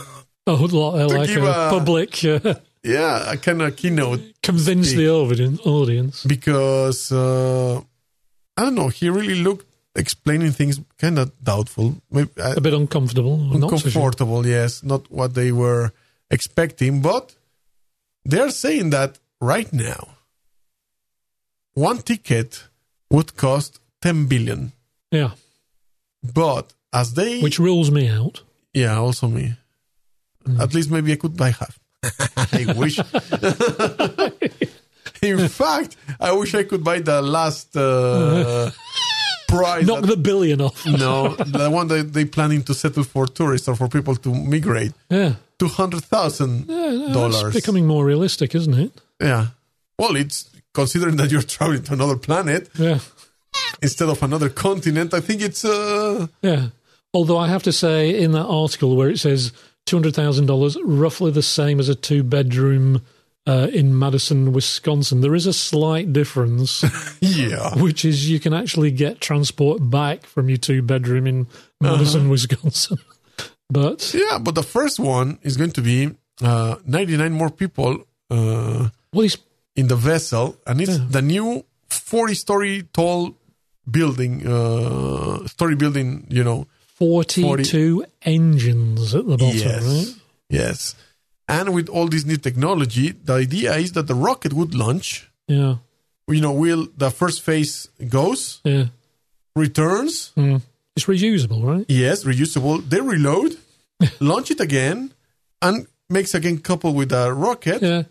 Speaker 2: Oh, like, like
Speaker 1: give
Speaker 2: a
Speaker 1: a-
Speaker 2: public uh,
Speaker 1: yeah, a kind of keynote
Speaker 2: convince the audi- audience.
Speaker 1: because uh, I don't know. He really looked explaining things kind of doubtful, maybe uh,
Speaker 2: A bit uncomfortable. Not so sure.
Speaker 1: uncomfortable. Yes, not what they were expecting, but they're saying that right now, one ticket would cost ten billion.
Speaker 2: Yeah,
Speaker 1: But as they,
Speaker 2: which rules me out.
Speaker 1: yeah, also me. At least maybe I could buy half. I wish. In fact, I wish I could buy the last uh, prize.
Speaker 2: Knock the billion off.
Speaker 1: no, the one that they planning to settle for tourists or for people to migrate.
Speaker 2: Yeah.
Speaker 1: two hundred thousand
Speaker 2: It's
Speaker 1: dollars.
Speaker 2: becoming more realistic, isn't it?
Speaker 1: yeah. Well, it's considering that you're traveling to another planet
Speaker 2: Yeah.
Speaker 1: instead of another continent. I think it's uh,
Speaker 2: Yeah. Although I have to say, in that article where it says two hundred thousand dollars, roughly the same as a two bedroom uh, in Madison, Wisconsin. There is a slight difference,
Speaker 1: Yeah.
Speaker 2: which is you can actually get transport back from your two bedroom in
Speaker 1: Uh-huh.
Speaker 2: Madison, Wisconsin. But
Speaker 1: Yeah, but the first one is going to be uh, 99 more people uh,
Speaker 2: well, he's
Speaker 1: in the vessel, and it's the new 40 story tall building, uh, story building, you know.
Speaker 2: 42 engines at the bottom, right?
Speaker 1: Yes. And with all this new technology, the idea is that the rocket would launch.
Speaker 2: Yeah,
Speaker 1: You know, will the first phase goes,
Speaker 2: yeah.
Speaker 1: returns,
Speaker 2: Mm. It's reusable, right?
Speaker 1: yes, reusable. They reload, launch it again, and makes again couple with a rocket.
Speaker 2: Yeah.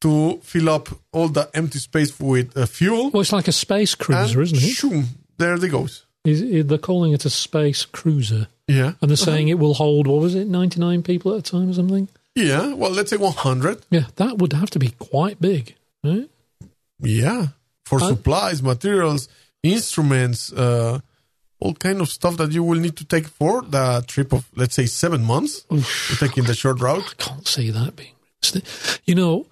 Speaker 1: to fill up all the empty space with uh, fuel.
Speaker 2: Well, it's like a space
Speaker 1: and
Speaker 2: cruiser, isn't it?
Speaker 1: shoom, there they goes.
Speaker 2: Is- is- They're calling it a space cruiser.
Speaker 1: Yeah.
Speaker 2: And they're saying it will hold, what was it, 99 people at a time or something?
Speaker 1: Yeah. Well, let's say 100.
Speaker 2: Yeah, that would have to be quite big, right?
Speaker 1: Yeah. For
Speaker 2: Huh?
Speaker 1: supplies, materials, instruments, uh, all kind of stuff that you will need to take for the trip of, let's say, seven months. You're taking the short route.
Speaker 2: Can't see that being. realistic. You know,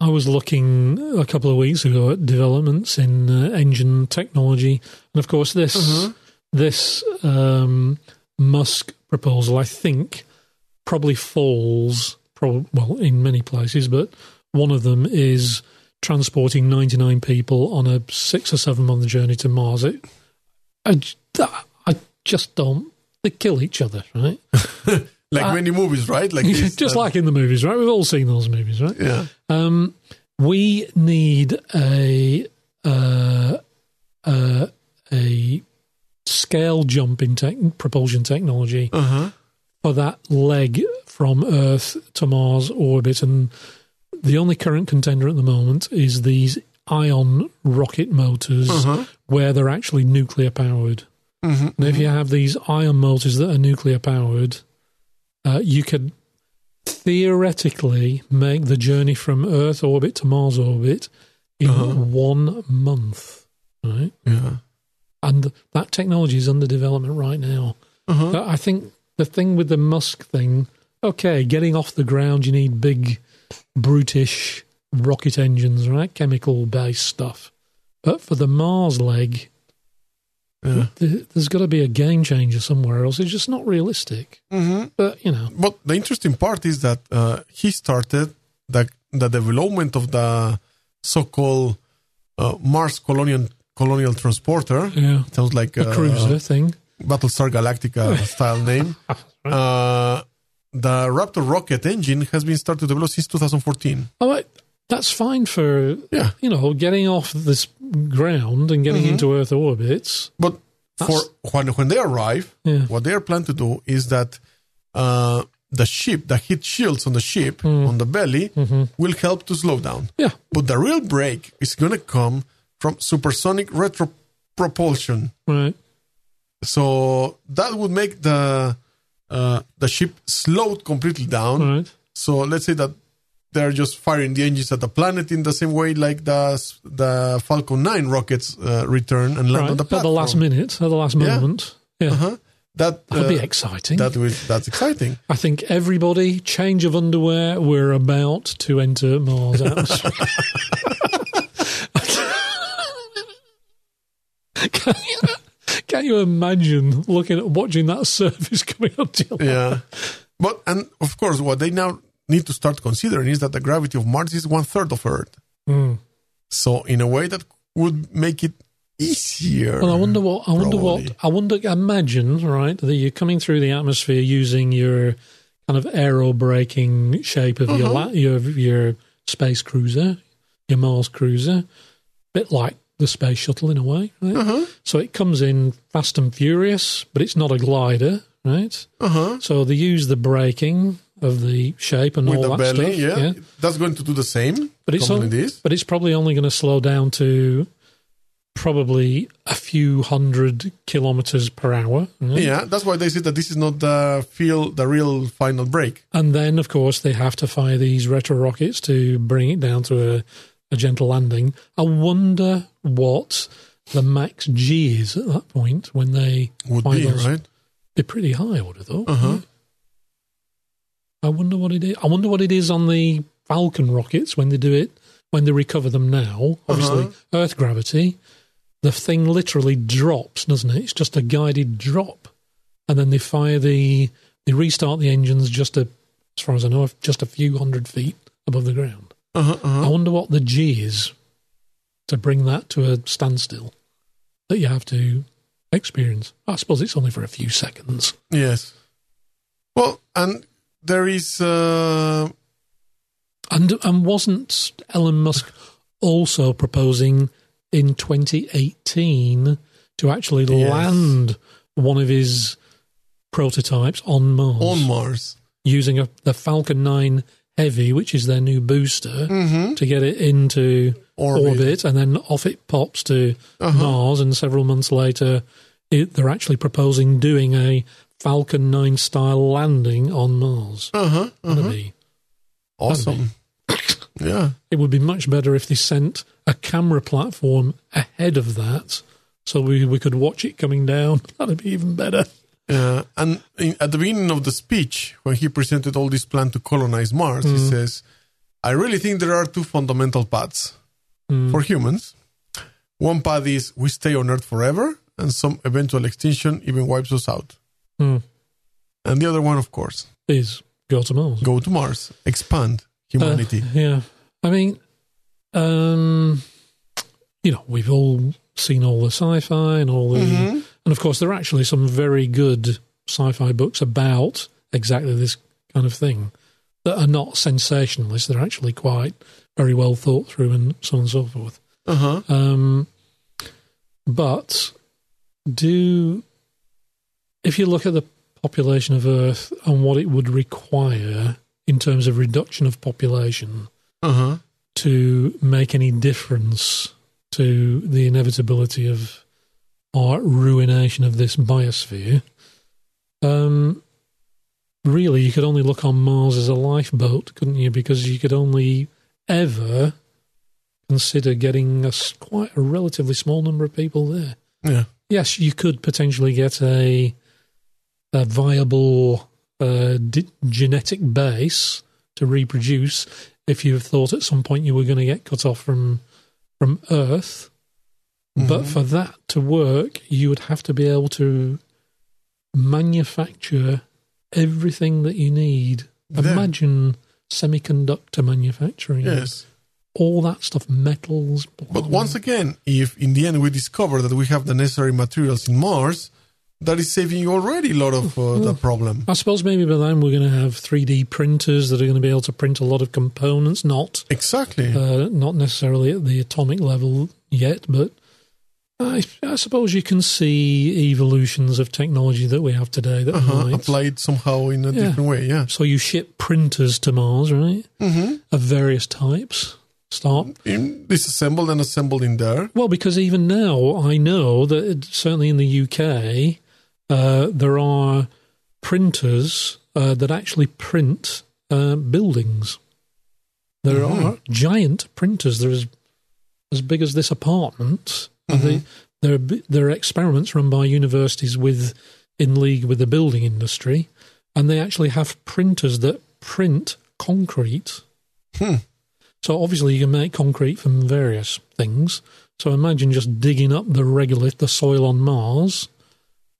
Speaker 2: I was looking a couple of weeks ago at developments in uh, engine technology, and of course, this this um, Musk proposal, I think, probably falls. Prob- well, in many places, but one of them is transporting 99 people on a six or seven month journey to Mars. It, I, j- I just don't. They kill each other, right?
Speaker 1: Like many movies, right? Like this,
Speaker 2: Uh, just
Speaker 1: that.
Speaker 2: like in the movies, right? We've all seen those movies, right?
Speaker 1: um, Yeah.
Speaker 2: Um, we need a uh, uh, a scale jump in tech propulsion technology
Speaker 1: Uh huh.
Speaker 2: for that leg from Earth to Mars orbit, and the only current contender at the moment is these ion rocket motors,
Speaker 1: Uh-huh.
Speaker 2: where they're actually nuclear powered.
Speaker 1: Mhm.
Speaker 2: And if you have these ion motors that are nuclear powered, uh, you could theoretically make the journey from Earth orbit to Mars orbit in one month, right?
Speaker 1: Yeah.
Speaker 2: and that technology is under development right now. But I think the thing with the Musk thing, okay, getting off the ground, you need big, brutish rocket engines, right? Chemical based stuff. But for the Mars leg,
Speaker 1: Yeah.
Speaker 2: th- there's got to be a game changer somewhere else. It's just not realistic.
Speaker 1: Mm-hmm.
Speaker 2: But, you know,
Speaker 1: but the interesting part is that uh, he started the the development of the so-called uh, Mars colonial colonial transporter.
Speaker 2: yeah.
Speaker 1: Sounds like
Speaker 2: Mm-hmm. The eh?
Speaker 1: uh,
Speaker 2: cruiser thing.
Speaker 1: Battlestar Galactica style name. Uh, the Raptor rocket engine has been started to develop since 2014.
Speaker 2: Oh, I- that's fine for,
Speaker 1: Yeah,
Speaker 2: you know, getting off this ground and getting into Earth orbits.
Speaker 1: but for when when they arrive,
Speaker 2: Yeah.
Speaker 1: what they are planned to do is that uh, the ship, the heat shields on the ship
Speaker 2: Mm.
Speaker 1: on the belly,
Speaker 2: Mm-hmm.
Speaker 1: will help to slow down.
Speaker 2: Yeah.
Speaker 1: But the real break is going to come from supersonic retro propulsion.
Speaker 2: Right.
Speaker 1: So that would make the uh, the ship slowed completely down.
Speaker 2: Right.
Speaker 1: So let's say that they're just firing the engines at the planet in the same way like the s- the Falcon 9 rockets uh, return and land
Speaker 2: Right,
Speaker 1: on the
Speaker 2: at
Speaker 1: platform.
Speaker 2: the last minute, at the last moment. Yeah,
Speaker 1: Uh-huh. That
Speaker 2: that'd be
Speaker 1: uh,
Speaker 2: exciting.
Speaker 1: that will- that's exciting.
Speaker 2: I think everybody, change of underwear. We're about to enter Mars atmosphere. can, you, can you imagine looking at watching that surface coming up to you?
Speaker 1: yeah. But and of course, what they now need to start considering is that the gravity of Mars is one third of Earth.
Speaker 2: Hmm.
Speaker 1: So in a way, that would make it easier.
Speaker 2: Well, I wonder what I wonder
Speaker 1: Probably.
Speaker 2: what I wonder. Imagine right that you're coming through the atmosphere using your kind of aero braking shape of
Speaker 1: Mm-hmm.
Speaker 2: your la- your your space cruiser, your Mars cruiser, bit like the space shuttle in a way. Right?
Speaker 1: Mm-hmm.
Speaker 2: So it comes in fast and furious, but it's not a glider, right?
Speaker 1: Uh-huh.
Speaker 2: So they use the braking of the shape and
Speaker 1: With
Speaker 2: all
Speaker 1: the
Speaker 2: that
Speaker 1: belly,
Speaker 2: stuff.
Speaker 1: yeah, that's going to do the same.
Speaker 2: But it's
Speaker 1: common
Speaker 2: on-
Speaker 1: it is.
Speaker 2: But it's probably only going to slow down to probably a few hundred kilometers per hour. right?
Speaker 1: Yeah, that's why they say that this is not the feel the real final break.
Speaker 2: And then, of course, they have to fire these retro rockets to bring it down to a, a gentle landing. I wonder what the max G is at that point when they
Speaker 1: Would
Speaker 2: fire
Speaker 1: be
Speaker 2: those.
Speaker 1: right.
Speaker 2: They're pretty high, I would have thought.
Speaker 1: Uh-huh.
Speaker 2: I wonder what it is. I wonder what it is on the Falcon rockets when they do it when they recover them now. Obviously,
Speaker 1: Uh-huh.
Speaker 2: Earth gravity. The thing literally drops, doesn't it? It's just a guided drop, and then they fire the they restart the engines just a, as far as I know, just a few hundred feet above the ground.
Speaker 1: Uh-huh, uh-huh.
Speaker 2: I wonder what the G is to bring that to a standstill that you have to experience. I suppose it's only for a few seconds.
Speaker 1: Yes. Well, and there is. Uh,
Speaker 2: And and wasn't Elon Musk also proposing in 2018 to actually
Speaker 1: Yes.
Speaker 2: land one of his prototypes on Mars
Speaker 1: on Mars.
Speaker 2: using a, the Falcon 9 Heavy, which is their new booster, to get it into
Speaker 1: Orbit.
Speaker 2: orbit. and then off it pops to Mars. And several months later, it, they're actually proposing doing a Falcon 9 style landing on Mars.
Speaker 1: Uh huh.
Speaker 2: That'd be-
Speaker 1: Awesome. yeah.
Speaker 2: it would be much better if they sent a camera platform ahead of that so we, we could watch it coming down. That'd be even better.
Speaker 1: Yeah. Uh, And in, at the beginning of the speech, when he presented all this plan to colonize Mars, he says, I really think there are two fundamental paths for humans. One path is we stay on Earth forever, and some eventual extinction even wipes us out.
Speaker 2: Hmm.
Speaker 1: And the other one, of course,
Speaker 2: Is go to Mars.
Speaker 1: go to Mars, expand
Speaker 2: Uh,
Speaker 1: humanity.
Speaker 2: yeah. I mean, um, you know, we've all seen all the sci-fi and all the, and of course there are actually some very good sci-fi books about exactly this kind of thing that are not sensationalist. They're actually quite very well thought through and so on and so forth.
Speaker 1: Uh huh.
Speaker 2: Um, but do if you look at the population of Earth and what it would require in terms of reduction of population
Speaker 1: Uh huh.
Speaker 2: to make any difference to the inevitability of our ruination of this biosphere, um, really you could only look on Mars as a lifeboat, couldn't you? Because you could only ever consider getting us quite a relatively small number of people there.
Speaker 1: Yeah.
Speaker 2: Yes, you could potentially get a a viable uh, d- genetic base to reproduce if you thought at some point you were going to get cut off from from Earth. But for that to work, you would have to be able to manufacture everything that you need.
Speaker 1: There.
Speaker 2: Imagine semiconductor manufacturing,
Speaker 1: Yes.
Speaker 2: all that stuff, metals.
Speaker 1: But
Speaker 2: blah,
Speaker 1: once again, if in the end we discover that we have the necessary materials in Mars, that is saving you already a lot of uh, the problem.
Speaker 2: I suppose maybe by then we're going to have 3D printers that are going to be able to print a lot of components, not
Speaker 1: Exactly.
Speaker 2: uh, not necessarily at the atomic level yet, but I, I suppose you can see evolutions of technology that we have today. That
Speaker 1: Uh,
Speaker 2: might-
Speaker 1: applied somehow in a
Speaker 2: Yeah.
Speaker 1: different way. Yeah.
Speaker 2: So you ship printers to Mars, right? Mm-hmm. Of various types. Start
Speaker 1: In, disassembled and assembled in there.
Speaker 2: Well, because even now I know that it- certainly in the UK uh, there are printers uh, that actually print uh, buildings. There are giant printers. They're as, as big as this apartment. And they, there, are, bi- there are experiments run by universities with in league with the building industry, and they actually have printers that print concrete. Hmm. So obviously you can make concrete from various things. So imagine just digging up the regolith, the soil on Mars,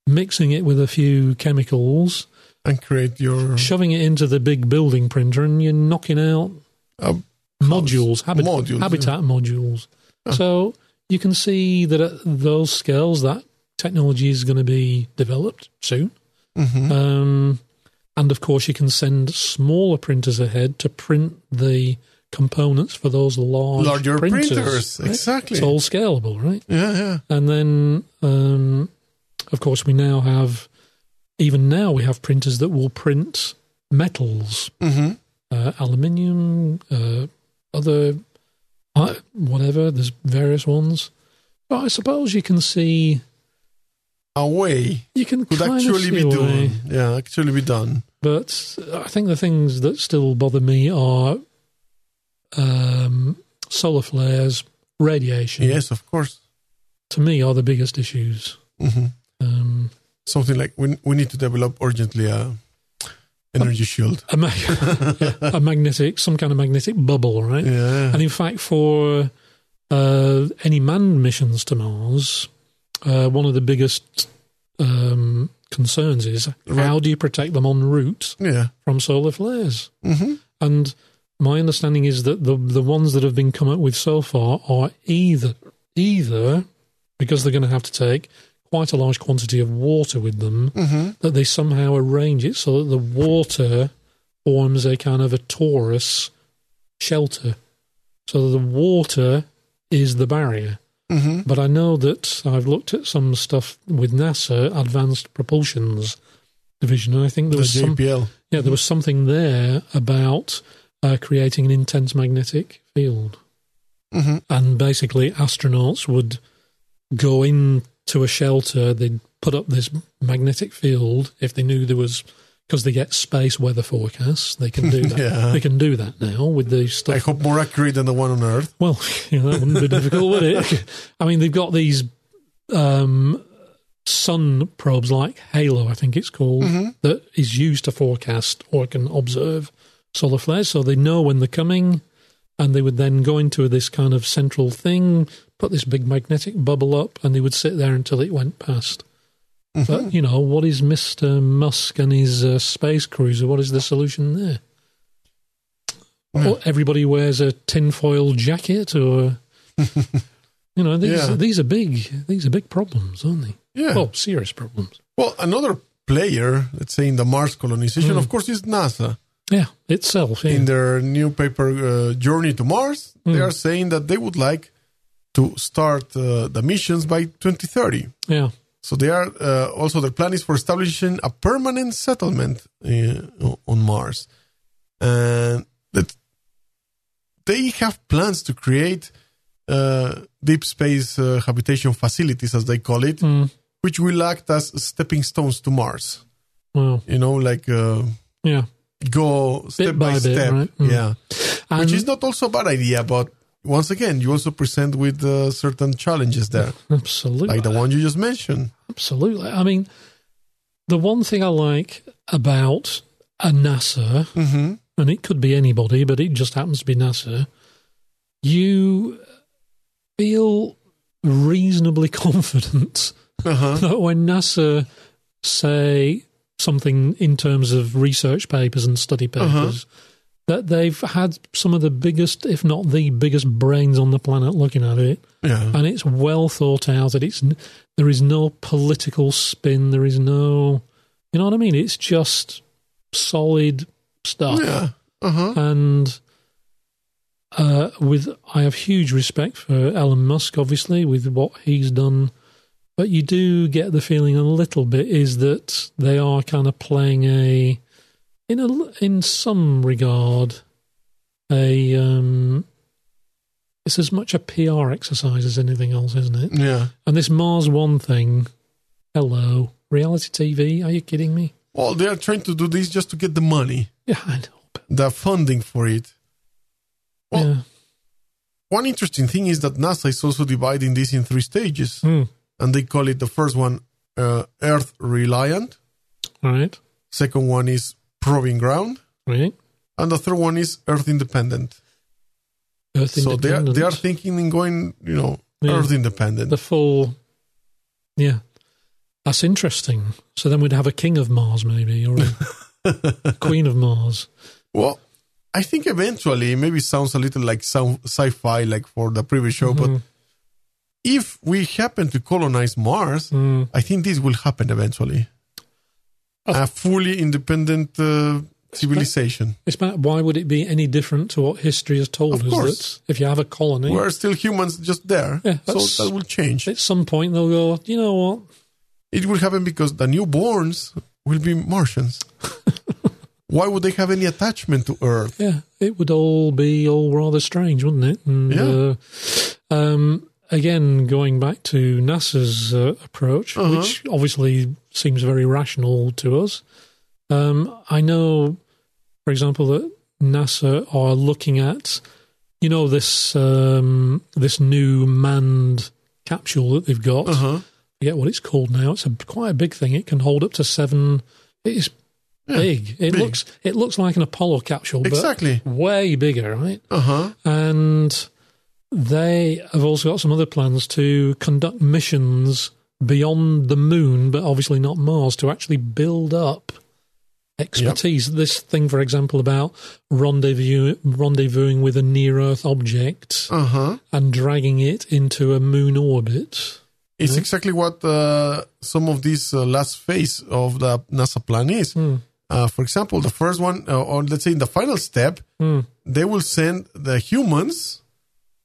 Speaker 2: mixing it with a few chemicals,
Speaker 1: And create your
Speaker 2: shoving it into the big building printer, and you're knocking out
Speaker 1: uh,
Speaker 2: modules, habit-
Speaker 1: Modules, yeah.
Speaker 2: habitat modules. So you can see that at those scales, that technology is going to be developed soon. Um, and of course, you can send smaller printers ahead to print the components for those large
Speaker 1: larger printers.
Speaker 2: right?
Speaker 1: Exactly.
Speaker 2: It's all scalable, right?
Speaker 1: yeah, yeah.
Speaker 2: And then, um, of course, we now have, even now, we have printers that will print metals,
Speaker 1: hmm
Speaker 2: uh, aluminium, uh, other, uh, whatever. There's various ones. But I suppose you can see,
Speaker 1: A way
Speaker 2: you can
Speaker 1: could
Speaker 2: kind of
Speaker 1: actually
Speaker 2: see
Speaker 1: be
Speaker 2: a way. Mm-hmm.
Speaker 1: done. Yeah, actually be done.
Speaker 2: But I think the things that still bother me are um, solar flares, radiation.
Speaker 1: Yes, of course.
Speaker 2: To me, are the biggest issues.
Speaker 1: hmm
Speaker 2: Um,
Speaker 1: Something like we we need to develop urgently a, a energy shield.
Speaker 2: a, ma- yeah, a magnetic, some kind of magnetic bubble, right?
Speaker 1: Yeah.
Speaker 2: And in fact, for uh, any manned missions to Mars, uh, one of the biggest um, concerns is how do you protect them en route
Speaker 1: Yeah.
Speaker 2: from solar flares?
Speaker 1: hmm
Speaker 2: And my understanding is that the the ones that have been come up with so far are either either because they're going to have to take quite a large quantity of water with them
Speaker 1: hmm
Speaker 2: that they somehow arrange it so that the water forms a kind of a torus shelter. So that the water is the barrier.
Speaker 1: hmm
Speaker 2: But I know that I've looked at some stuff with NASA Advanced Propulsions Division, and I think
Speaker 1: The
Speaker 2: there was some,
Speaker 1: JPL.
Speaker 2: yeah there was something there about uh, creating an intense magnetic field
Speaker 1: hmm
Speaker 2: and basically astronauts would go into a shelter they'd put up this magnetic field if they knew there was because they get space weather forecasts they can do that
Speaker 1: Yeah.
Speaker 2: they can do that now with the stuff
Speaker 1: I hope more accurate than the one on Earth.
Speaker 2: well you know, that wouldn't be difficult would it i mean they've got these um sun probes like halo i think it's called that is used to forecast or can observe solar flares so they know when they're coming and they would then go into this kind of central thing, put this big magnetic bubble up, and they would sit there until it went past. But you know, what is Mister Musk and his uh, space cruiser? What is the solution there? Well, everybody wears a tinfoil jacket, or you know, these
Speaker 1: Yeah.
Speaker 2: these are big these are big problems, aren't they?
Speaker 1: Yeah.
Speaker 2: Well, serious problems.
Speaker 1: Well, another player, let's say in the Mars colonization,
Speaker 2: Mm.
Speaker 1: of course, is NASA.
Speaker 2: Yeah, itself. Yeah. Mm.
Speaker 1: In their new paper, uh, Journey to Mars, they are saying that they would like to start uh, the missions by 2030.
Speaker 2: yeah.
Speaker 1: So they are uh, also their plan is for establishing a permanent settlement uh, on Mars, and that they have plans to create uh, deep space uh, habitation facilities, as they call it,
Speaker 2: Mm.
Speaker 1: which will act as stepping stones to Mars.
Speaker 2: Well,
Speaker 1: You know, like uh,
Speaker 2: yeah.
Speaker 1: go step by,
Speaker 2: by bit,
Speaker 1: step.
Speaker 2: right? Mm.
Speaker 1: Yeah,
Speaker 2: And,
Speaker 1: which is not also a bad idea, but. Once again, you also present with uh, certain challenges there,
Speaker 2: absolutely
Speaker 1: like the one you just mentioned.
Speaker 2: Absolutely. I mean, the one thing I like about a NASA,
Speaker 1: hmm
Speaker 2: and it could be anybody, but it just happens to be NASA, you feel reasonably confident
Speaker 1: Uh-huh.
Speaker 2: that when NASA say something in terms of research papers and study papers, that they've had some of the biggest, if not the biggest, brains on the planet looking at it
Speaker 1: Yeah.
Speaker 2: and it's well thought out. That it's n- there is no political spin. There is no, you know what I mean. It's just solid stuff.
Speaker 1: Yeah. Uh huh.
Speaker 2: And uh, with I have huge respect for Elon Musk, obviously, with what he's done. But you do get the feeling a little bit is that they are kind of playing a, in a in some regard, a um, it's as much a PR exercise as anything else, isn't it?
Speaker 1: Yeah.
Speaker 2: And this Mars One thing, hello, reality TV? Are you kidding me?
Speaker 1: Well, they are trying to do this just to get the money,
Speaker 2: Yeah, I know. but-
Speaker 1: the funding for it. Well-
Speaker 2: yeah.
Speaker 1: One interesting thing is that NASA is also dividing this in three stages,
Speaker 2: Hmm.
Speaker 1: and they call it the first one uh, Earth reliant,
Speaker 2: All right.
Speaker 1: second one is probing ground,
Speaker 2: Right.
Speaker 1: and the third one is Earth independent.
Speaker 2: Earth
Speaker 1: So they are,
Speaker 2: independent.
Speaker 1: they are thinking in going, you know,
Speaker 2: Yeah.
Speaker 1: Earth independent.
Speaker 2: the full. Yeah, that's interesting. So then we'd have a king of Mars, maybe, or a queen of Mars.
Speaker 1: Well, I think eventually, maybe it sounds a little like some sci-fi, like for the previous show, but
Speaker 2: Mm-hmm.
Speaker 1: if we happen to colonize Mars,
Speaker 2: Mm.
Speaker 1: I think this will happen eventually.
Speaker 2: Oh.
Speaker 1: A fully independent uh, civilization.
Speaker 2: It's about why would it be any different to what history has told
Speaker 1: Of
Speaker 2: us?
Speaker 1: course.
Speaker 2: That if you have a colony,
Speaker 1: We're still humans, just there.
Speaker 2: Yeah, that's-
Speaker 1: so that will change.
Speaker 2: at some point they'll go, you know what?
Speaker 1: It will happen because the newborns will be Martians. Why would they have any attachment to Earth?
Speaker 2: Yeah, it would all be all rather strange, wouldn't it? And,
Speaker 1: Yeah.
Speaker 2: Uh, um, again, going back to NASA's uh, approach,
Speaker 1: Uh-huh.
Speaker 2: which obviously seems very rational to us. Um, I know, for example, that NASA are looking at, you know, this um, this new manned capsule that they've got.
Speaker 1: Uh huh.
Speaker 2: I forget what it's called now. It's a, quite a big thing. It can hold up to seven. It is big. It
Speaker 1: big.
Speaker 2: looks it looks like an Apollo capsule,
Speaker 1: Exactly.
Speaker 2: but way bigger, right?
Speaker 1: Uh huh.
Speaker 2: And they have also got some other plans to conduct missions beyond the moon, but obviously not Mars, to actually build up expertise. This thing, for example, about rendezvous rendezvousing with a near Earth object
Speaker 1: Uh huh.
Speaker 2: and dragging it into a moon orbit.
Speaker 1: It's exactly what uh, some of these uh, last phase of the NASA plan is.
Speaker 2: Hmm.
Speaker 1: Uh, for example, the first one, uh, or let's say in the final step,
Speaker 2: Hmm.
Speaker 1: they will send the humans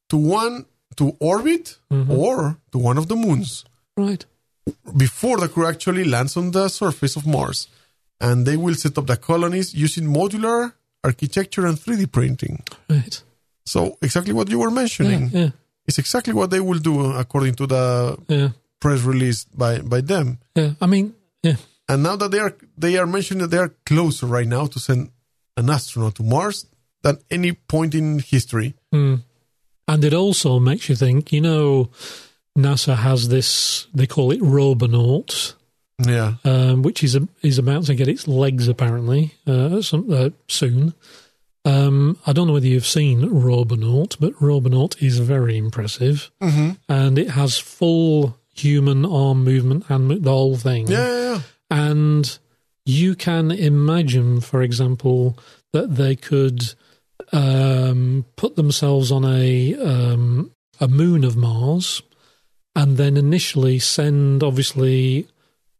Speaker 1: to one to orbit
Speaker 2: Mm-hmm.
Speaker 1: or to one of the moons
Speaker 2: Right.
Speaker 1: before the crew actually lands on the surface of Mars, and they will set up the colonies using modular architecture and 3D printing.
Speaker 2: Right.
Speaker 1: So exactly what you were
Speaker 2: Yeah.
Speaker 1: mentioning.
Speaker 2: Yeah.
Speaker 1: It's exactly what they will do according to the
Speaker 2: Yeah.
Speaker 1: press release by by them.
Speaker 2: Yeah. I mean, yeah.
Speaker 1: And now that they are they are mentioning that they are closer right now to send an astronaut to Mars than any point in history.
Speaker 2: Hmm. And it also makes you think, you know, NASA has this, they call it Robonaut,
Speaker 1: Yeah.
Speaker 2: um, which is, is about to get its legs apparently uh, at some, uh, soon. Um, I don't know whether you've seen Robonaut, but Robonaut is very impressive. And it has full human arm movement and mo- the whole thing.
Speaker 1: Yeah, yeah, yeah.
Speaker 2: And you can imagine, for example, that they could um, put themselves on a um, a moon of Mars, and then initially send obviously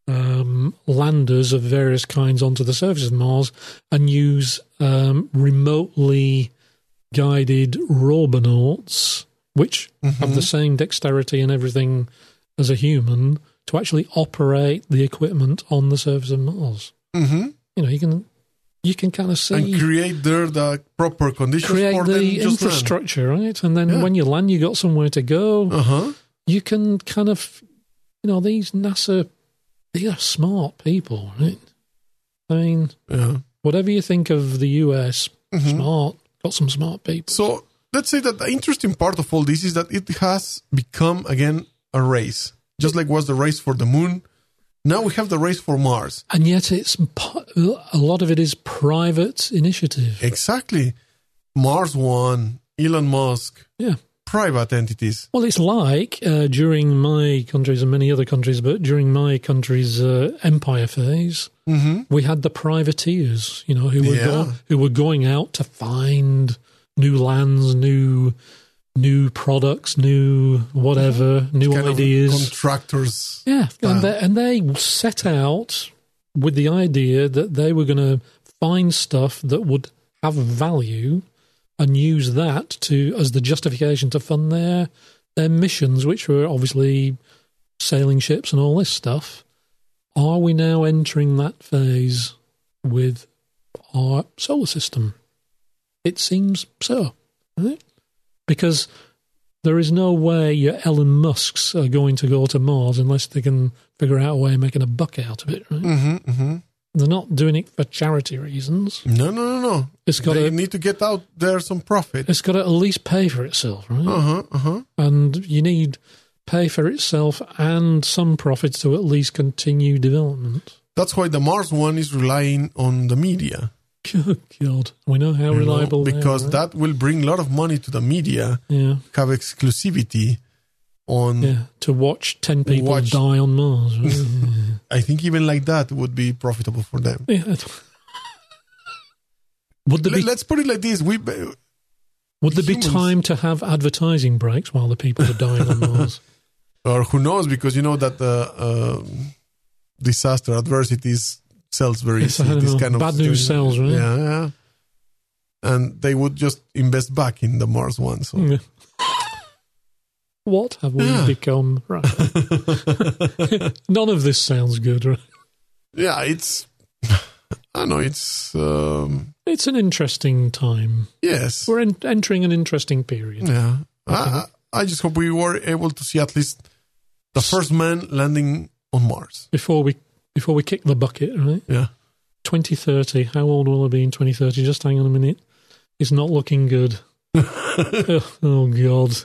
Speaker 2: um, landers of various kinds onto the surface of Mars, and use um, remotely guided robonauts, which have the same dexterity and everything as a human, to actually operate the equipment on the surface of Mars.
Speaker 1: Mm-hmm.
Speaker 2: You know, you can you can kind of
Speaker 1: And
Speaker 2: see
Speaker 1: create there the proper conditions
Speaker 2: create
Speaker 1: for them
Speaker 2: the
Speaker 1: just
Speaker 2: infrastructure, right? And then
Speaker 1: Yeah.
Speaker 2: when you land, you got somewhere to go.
Speaker 1: Uh huh.
Speaker 2: You can kind of, you know, these NASA, they are smart people, right? I mean,
Speaker 1: Yeah.
Speaker 2: whatever you think of the US,
Speaker 1: Mm-hmm.
Speaker 2: smart, got some smart people.
Speaker 1: So let's say that the interesting part of all this is that it has become again a race, just like was the race for the moon. Now we have the race for Mars.
Speaker 2: And yet, it's pu- a lot of it is private initiative.
Speaker 1: Exactly. Mars One, Elon Musk,
Speaker 2: Yeah.
Speaker 1: private entities.
Speaker 2: Well, it's like uh, during my countries and many other countries, but during my country's uh, empire phase, we had the privateers, you know, who were
Speaker 1: Mm-hmm. Yeah.
Speaker 2: go- who were going out to find new lands, new new products, new whatever, new
Speaker 1: Kind of
Speaker 2: ideas.
Speaker 1: contractors.
Speaker 2: yeah, and they, and they set out with the idea that they were going to find stuff that would have value and use that to as the justification to fund their their missions, which were obviously sailing ships and all this stuff. Are we now entering that phase with our solar system? It seems so, right? Because there is no way your Elon Musk's are going to go to Mars unless they can figure out a way of making a buck out of it, right?
Speaker 1: Mm-hmm, mm-hmm.
Speaker 2: They're not doing it for charity reasons.
Speaker 1: No, no, no, no.
Speaker 2: It's got
Speaker 1: they
Speaker 2: to
Speaker 1: need to get out there some profit.
Speaker 2: it's got to at least pay for itself, right?
Speaker 1: Uh huh. Uh huh.
Speaker 2: and you need pay for itself and some profits to at least continue development.
Speaker 1: That's why the Mars one is relying on the media.
Speaker 2: Good God, we know how
Speaker 1: you know,
Speaker 2: reliable they
Speaker 1: because
Speaker 2: are, right?
Speaker 1: that will bring a lot of money to the media.
Speaker 2: yeah
Speaker 1: Have exclusivity on.
Speaker 2: yeah to watch ten people
Speaker 1: Watch-
Speaker 2: die on Mars. right?
Speaker 1: I think even like that would be profitable for them.
Speaker 2: yeah. Would there
Speaker 1: Let,
Speaker 2: be
Speaker 1: let's put it like this: we
Speaker 2: would there be
Speaker 1: humans-
Speaker 2: time to have advertising breaks while the people are dying on Mars?
Speaker 1: or who knows because you know that uh, um disaster adversities sells very
Speaker 2: Yes, I
Speaker 1: easily.
Speaker 2: don't
Speaker 1: This
Speaker 2: know.
Speaker 1: kind of
Speaker 2: Bad news
Speaker 1: situation.
Speaker 2: sells, eh? right?
Speaker 1: Yeah, yeah. And they would just invest back in the Mars one. So
Speaker 2: Yeah. What have we
Speaker 1: Yeah.
Speaker 2: become? Right. None of this sounds good, right?
Speaker 1: yeah, it's I don't know it's um,
Speaker 2: It's an interesting time.
Speaker 1: yes,
Speaker 2: We're en- entering an interesting period.
Speaker 1: yeah. I, I I just hope we were able to see at least the first man landing on Mars.
Speaker 2: before we before we kick the bucket, right?
Speaker 1: Yeah,
Speaker 2: 2030. How old will I be in 2030? Just hang on a minute. It's not looking good. Ugh, oh God.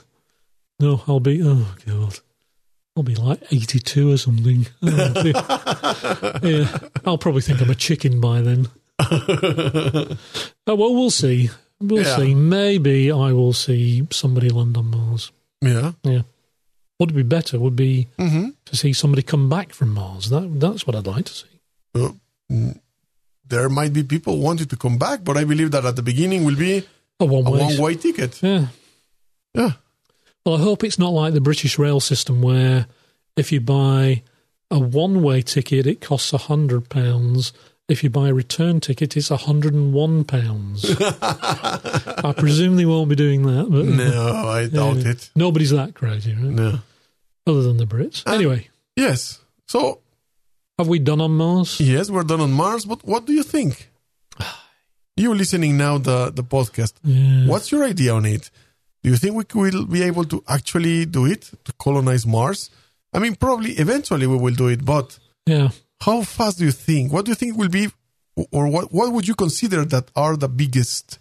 Speaker 2: No, I'll be. Oh God. I'll be like 82 or something. Oh, dear. yeah, I'll probably think I'm a chicken by then. Oh, well, we'll see. We'll
Speaker 1: Yeah.
Speaker 2: see. Maybe I will see somebody land on Mars.
Speaker 1: yeah.
Speaker 2: Yeah. What would be better would be
Speaker 1: hmm
Speaker 2: to see somebody come back from Mars. That That's what I'd like to see.
Speaker 1: mm, There might be people wanting to come back, but I believe that at the beginning will be
Speaker 2: A Oh, one
Speaker 1: a
Speaker 2: way.
Speaker 1: one-way ticket.
Speaker 2: Yeah.
Speaker 1: Yeah.
Speaker 2: Well, I hope it's not like the British rail system where if you buy a one way ticket, it costs £100. If you buy a return ticket, it's £101. I presume they won't be doing that, but uh,
Speaker 1: No, I doubt
Speaker 2: Yeah.
Speaker 1: it.
Speaker 2: nobody's that crazy, right?
Speaker 1: No.
Speaker 2: Other than the Brits.
Speaker 1: Ah.
Speaker 2: Anyway,
Speaker 1: Yes. So
Speaker 2: have we done on Mars?
Speaker 1: yes, we're done on Mars, but what do you think? You listening now the the podcast.
Speaker 2: Yeah.
Speaker 1: What's your idea on it? Do you think we will be able to actually do it to colonize Mars? I mean, probably eventually we will do it, but
Speaker 2: Yeah.
Speaker 1: how fast do you think? What do you think will be, or what what would you consider that are the biggest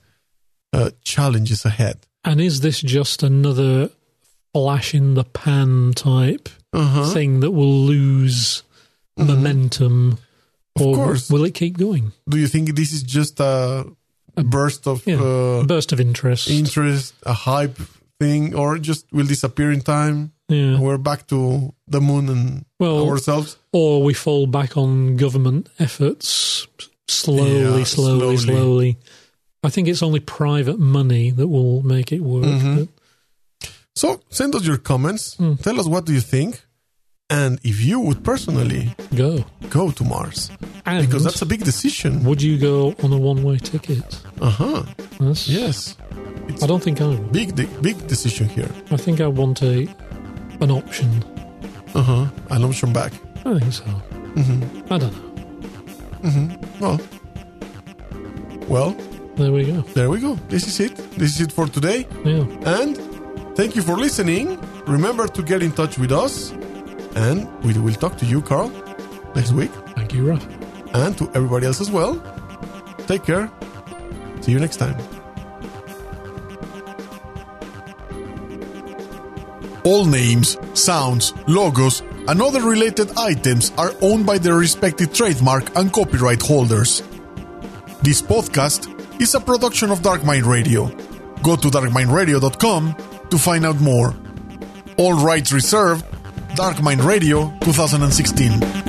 Speaker 1: uh, challenges ahead?
Speaker 2: And is this just another flash in the pan type
Speaker 1: Uh-huh.
Speaker 2: thing that will lose momentum?
Speaker 1: Mm-hmm. Of course.
Speaker 2: Will it keep going?
Speaker 1: Do you think this is just a burst of
Speaker 2: Yeah.
Speaker 1: uh,
Speaker 2: Burst of interest.
Speaker 1: interest, a hype thing, or just will disappear in time?
Speaker 2: yeah.
Speaker 1: We're back to the moon and
Speaker 2: Well,
Speaker 1: ourselves.
Speaker 2: or we fall back on government efforts slowly,
Speaker 1: Yeah,
Speaker 2: slowly,
Speaker 1: slowly.
Speaker 2: slowly, I think it's only private money that will make it work.
Speaker 1: Mm-hmm.
Speaker 2: But
Speaker 1: So send us your comments. Tell us what do you think, and if you would personally
Speaker 2: go.
Speaker 1: go to Mars,
Speaker 2: And
Speaker 1: because that's a big decision.
Speaker 2: would you go on a one way ticket?
Speaker 1: Uh huh.
Speaker 2: That's,
Speaker 1: Yes, it's
Speaker 2: I
Speaker 1: a
Speaker 2: don't think I would.
Speaker 1: big de- big decision here.
Speaker 2: I think I want a an option.
Speaker 1: Uh huh. An option back.
Speaker 2: I think so. Mm-hmm. I don't know.
Speaker 1: Well, well,
Speaker 2: There we go.
Speaker 1: there we go. This is it. This is it for today.
Speaker 2: Yeah.
Speaker 1: And thank you for listening. Remember to get in touch with us, and we will talk to you, Carl, next week,
Speaker 2: Thank you, Raf.
Speaker 1: and to everybody else as well. Take care. See you next time. All names, sounds, logos, and other related items are owned by their respective trademark and copyright holders. This podcast is a production of Dark Mind Radio. Go to darkmindradio.com to find out more. All rights reserved. Dark Mind Radio 2016.